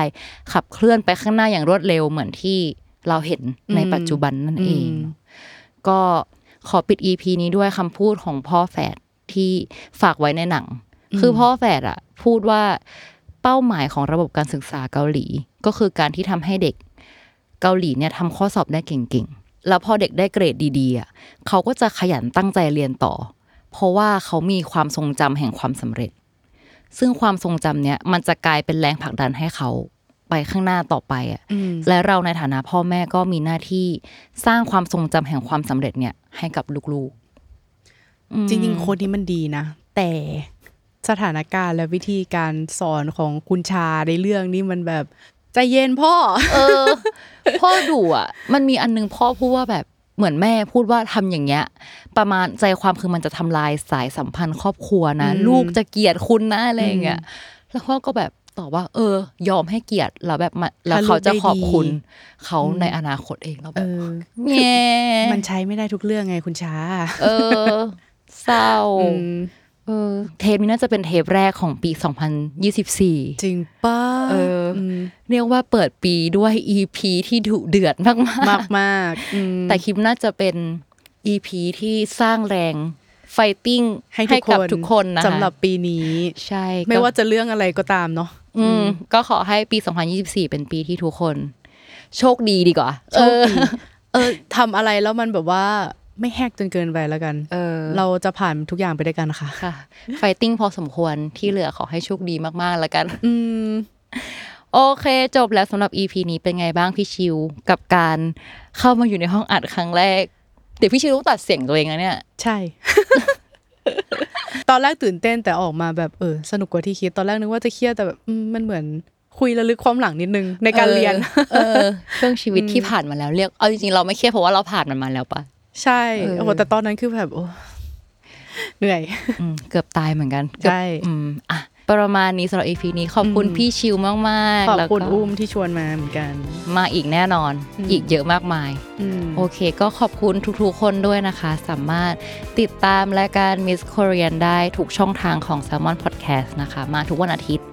Speaker 2: ขับเคลื่อนไปข้างหน้าอย่างรวดเร็วเหมือนที่เราเห็นในปัจจุบันนั่นเอง
Speaker 3: อืม
Speaker 2: เนอะ ก็ขอปิด EP นี้ด้วยคำพูดของพ่อแฝดที่ฝากไว้ในหนัง คือพ่อแฝดอะพูดว่าเป้าหมายของระบบการศึกษาเกาหลี ก็คือการที่ทำให้เด็กเกาหลีเนี่ยทำข้อสอบได้เก่งๆ แล้วพอเด็กได้เกรดดีๆอะเขาก็จะขยันตั้งใจเรียนต่อ เพราะว่าเขามีความทรงจำแห่งความสำเร็จ ซึ่งความทรงจำเนี่ยมันจะกลายเป็นแรงผลักดันให้เขาไปข้างหน้าต่อไปอะ และเราในฐานะพ่อแม่ก็มีหน้าที่สร้างความทรงจำแห่งความสำเร็จเนี่ยให้กับลูก
Speaker 3: จริง ๆ โค้ดนี้มันดีนะ แต่สถานการณ์และวิธีการสอนของคุณชาในเรื่องนี้มันแบบใจเย็นพ่อ
Speaker 2: ๆ เออ พ่อดุอ่ะ มันมีอันนึงพ่อพูดว่าแบบเหมือนแม่พูดว่าทำอย่างเงี้ย ประมาณใจความคือมันจะทำลายสายสัมพันธ์ครอบครัวนะ ลูกจะเกลียดคุณนะอะไรอย่างเงี้ยแล้วพ่อก็แบบ ต่อว่า เออ ยอมให้เกียรติแล้วแบบมาแล้วเขาจะขอบคุณเขาในอนาคตเองแล้วแบ
Speaker 3: เอบ อ
Speaker 2: แง่
Speaker 3: มันใช้ไม่ได้ทุกเรื่องไงคุณช้า
Speaker 2: เออ เศร้า
Speaker 3: อืม
Speaker 2: เออ เทปนี้น่าจะเป็นเทปแรกของปี 2024
Speaker 3: จริงป้า
Speaker 2: เอออื เรียกว่าเปิดปีด้วย EP ที่ดุเดือดมาก
Speaker 3: มากมากๆอืม
Speaker 2: ๆ แต่คลิปน่าจะเป็น EP ที่สร้างแรงไฟติ้ง
Speaker 3: ให้ทุกค
Speaker 2: กับ
Speaker 3: น
Speaker 2: ทุกคนนะคะ
Speaker 3: สำหรับปีนี้
Speaker 2: ใช่ก็
Speaker 3: ไม่ว่าจะเรื่องอะไรก็ตามเนาะ
Speaker 2: อืมก็ขอให้ปี 2024 เป็นปีที่ทุกคน โชคดีดีกว่า
Speaker 3: โชคดีเออทำอะไรแล้วมันแบบว่าไม่แหกจนเกินไปแล้วกัน
Speaker 2: เออเรา
Speaker 3: เราจะผ่านทุกอย่างไปด้วยกันค่ะ
Speaker 2: ค่ะ ไฟติ้งพอสมควรที่เหลือขอให้โชคดีมากๆแล้วกัน
Speaker 3: อืม
Speaker 2: โอเค จบแล้วสำหรับ EP นี้เป็นไงบ้างพี่ชิว กับการเข้ามาอยู่ในห้องอัดครั้งแรก เดี๋ยวพี่ชิวต้องตัดเสียงตัวเองนะเนี่ย
Speaker 3: ใช่ ตอนแรกตื่นเต้นแต่ออกมาแบบเออ สนุกกว่าที่คิด ตอนแรกนึกว่าจะเครียดแต่แบบอืมมันเหมือนคุยระลึกความหลังนิดนึง ในการเรียน
Speaker 2: เออเออเรื่องชีวิตที่ผ่านมาแล้วเรียกเอาจริงๆเราไม่เครียดเพราะว่าเราผ่านมันมาแล้วปะ
Speaker 3: ใช่
Speaker 2: เออ
Speaker 3: โอ้โหแต่ตอนนั้นคือแบบโอ้เหนื่อย
Speaker 2: อืมเกือบตายเหมือนกันเกือบ
Speaker 3: ใช่
Speaker 2: อืมอ่ะประมาณนี้สำหรับ EP นี้ขอบคุณพี่ชิวมาก
Speaker 3: ขอ
Speaker 2: ๆ
Speaker 3: บ
Speaker 2: แล้วก็
Speaker 3: คุณอุ้มที่ชวนมาเหมือนกัน
Speaker 2: มาอีกแน่นอน
Speaker 3: อืม
Speaker 2: อีกเยอะมากมาย
Speaker 3: อืม
Speaker 2: โอเค ก็ขอบคุณทุกๆ คนด้วยนะคะ สามารถติดตามรายการ Miss Korean ได้ทุกช่องทางของ Salmon Podcast นะคะ มาทุกวันอาทิตย์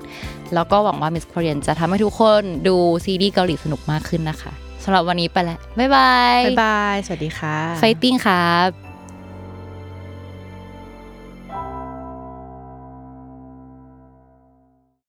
Speaker 2: แล้วก็หวังว่า Miss Korean จะทำให้ทุกคนดูซีรีส์เกาหลีสนุกมากขึ้นนะคะสำหรับวันนี้ไปแล้ว บ๊ายบาย
Speaker 3: บ๊ายบาย สวัสดีค่ะ
Speaker 2: ไฟติ้งครับ